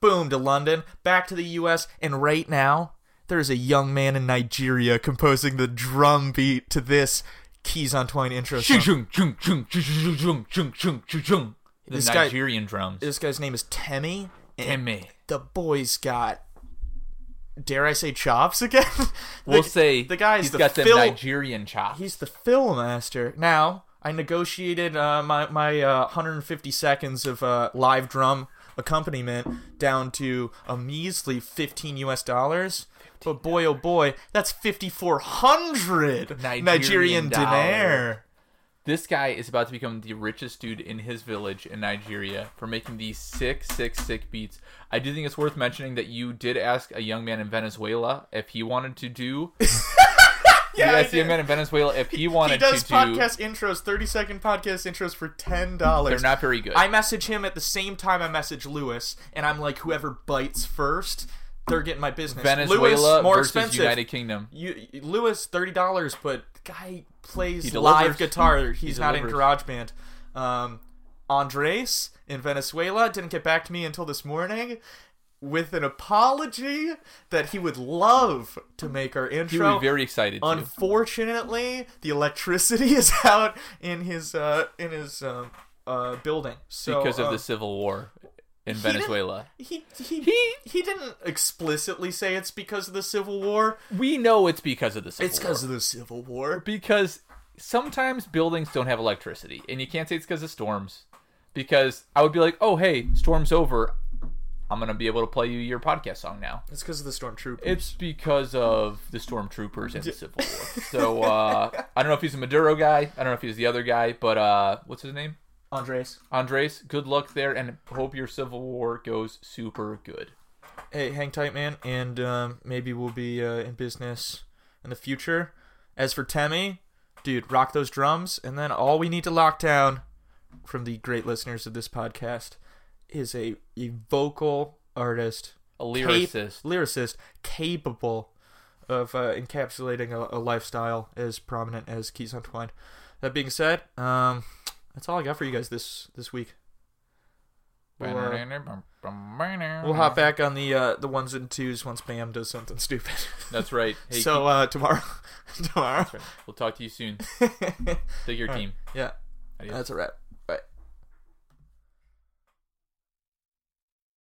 S1: Boom to London. Back to the U.S. And right now, there's a young man in Nigeria composing the drum beat to this Keys on Twine intro. Song.
S2: The
S1: This guy-
S2: Nigerian drums.
S1: This guy's name is Temi. and
S2: Timmy.
S1: The boy's got, dare I say, chops again. The-
S2: We'll say
S1: the guy's
S2: he's
S1: the
S2: got
S1: Phil-
S2: them Nigerian chops.
S1: He's the film master. Now, I negotiated uh, my, my uh, 150 seconds of uh, live drum accompaniment down to a measly 15 US dollars. But boy, oh boy, that's 5,400
S2: Nigerian
S1: Nigerian,
S2: dollar.
S1: denier.
S2: This guy is about to become the richest dude in his village in Nigeria for making these sick, sick, sick beats. I do think it's worth mentioning that you did ask a young man in Venezuela if he wanted to do
S1: Yeah,
S2: you
S1: I
S2: guys see him
S1: did.
S2: in Venezuela. If he wanted
S1: He does
S2: to
S1: podcast intros, thirty second podcast intros for ten
S2: do, they're
S1: dollars.
S2: not very good.
S1: I message him at the same time I message Lewis, and I'm like, whoever bites first, they're getting my business.
S2: Venezuela
S1: Lewis, more
S2: versus
S1: expensive.
S2: United Kingdom.
S1: you, Lewis thirty dollars, but guy plays
S2: He delivers.
S1: live guitar. He's not in
S2: delivers.
S1: GarageBand. Um, Andres in Venezuela didn't get back to me until this morning with an apology that he would love to make our
S2: He would
S1: intro.
S2: be very excited. to.
S1: Unfortunately, the electricity is out in his uh, in his um, uh, building. So
S2: because of
S1: um,
S2: the civil war in
S1: didn't-
S2: Venezuela.
S1: he he,
S2: He-
S1: he didn't explicitly say it's because of the Civil War.
S2: We know it's because of the civil
S1: It's
S2: war.
S1: because of the Civil War.
S2: because sometimes buildings don't have electricity, and you can't say it's because of storms. Because I would be like, oh hey, storm's over. I'm gonna be able to play you your podcast song now.
S1: It's because of the stormtroopers.
S2: It's because of the stormtroopers and the Civil War. So uh, I don't know if he's a Maduro guy. I don't know if he's the other guy, but uh, what's his name?
S1: Andres.
S2: Andres. Good luck there, and hope your Civil War goes super good.
S1: Hey, hang tight, man, and um, maybe we'll be uh, in business in the future. As for Temmie, dude, rock those drums, and then all we need to lock down from the great listeners of this podcast is a, a vocal artist,
S2: A
S1: cap-
S2: lyricist.
S1: lyricist capable of uh, encapsulating a, a lifestyle as prominent as Keys Untwined. That being said, um, that's all I got for you guys this this week. We'll, uh, We'll hop back on the uh, the ones and twos once Bam does something stupid.
S2: That's right. Hey,
S1: so uh, tomorrow, tomorrow.
S2: We'll talk to you soon. Take your
S1: All right.
S2: team.
S1: Yeah,
S2: Adios.
S1: that's a wrap.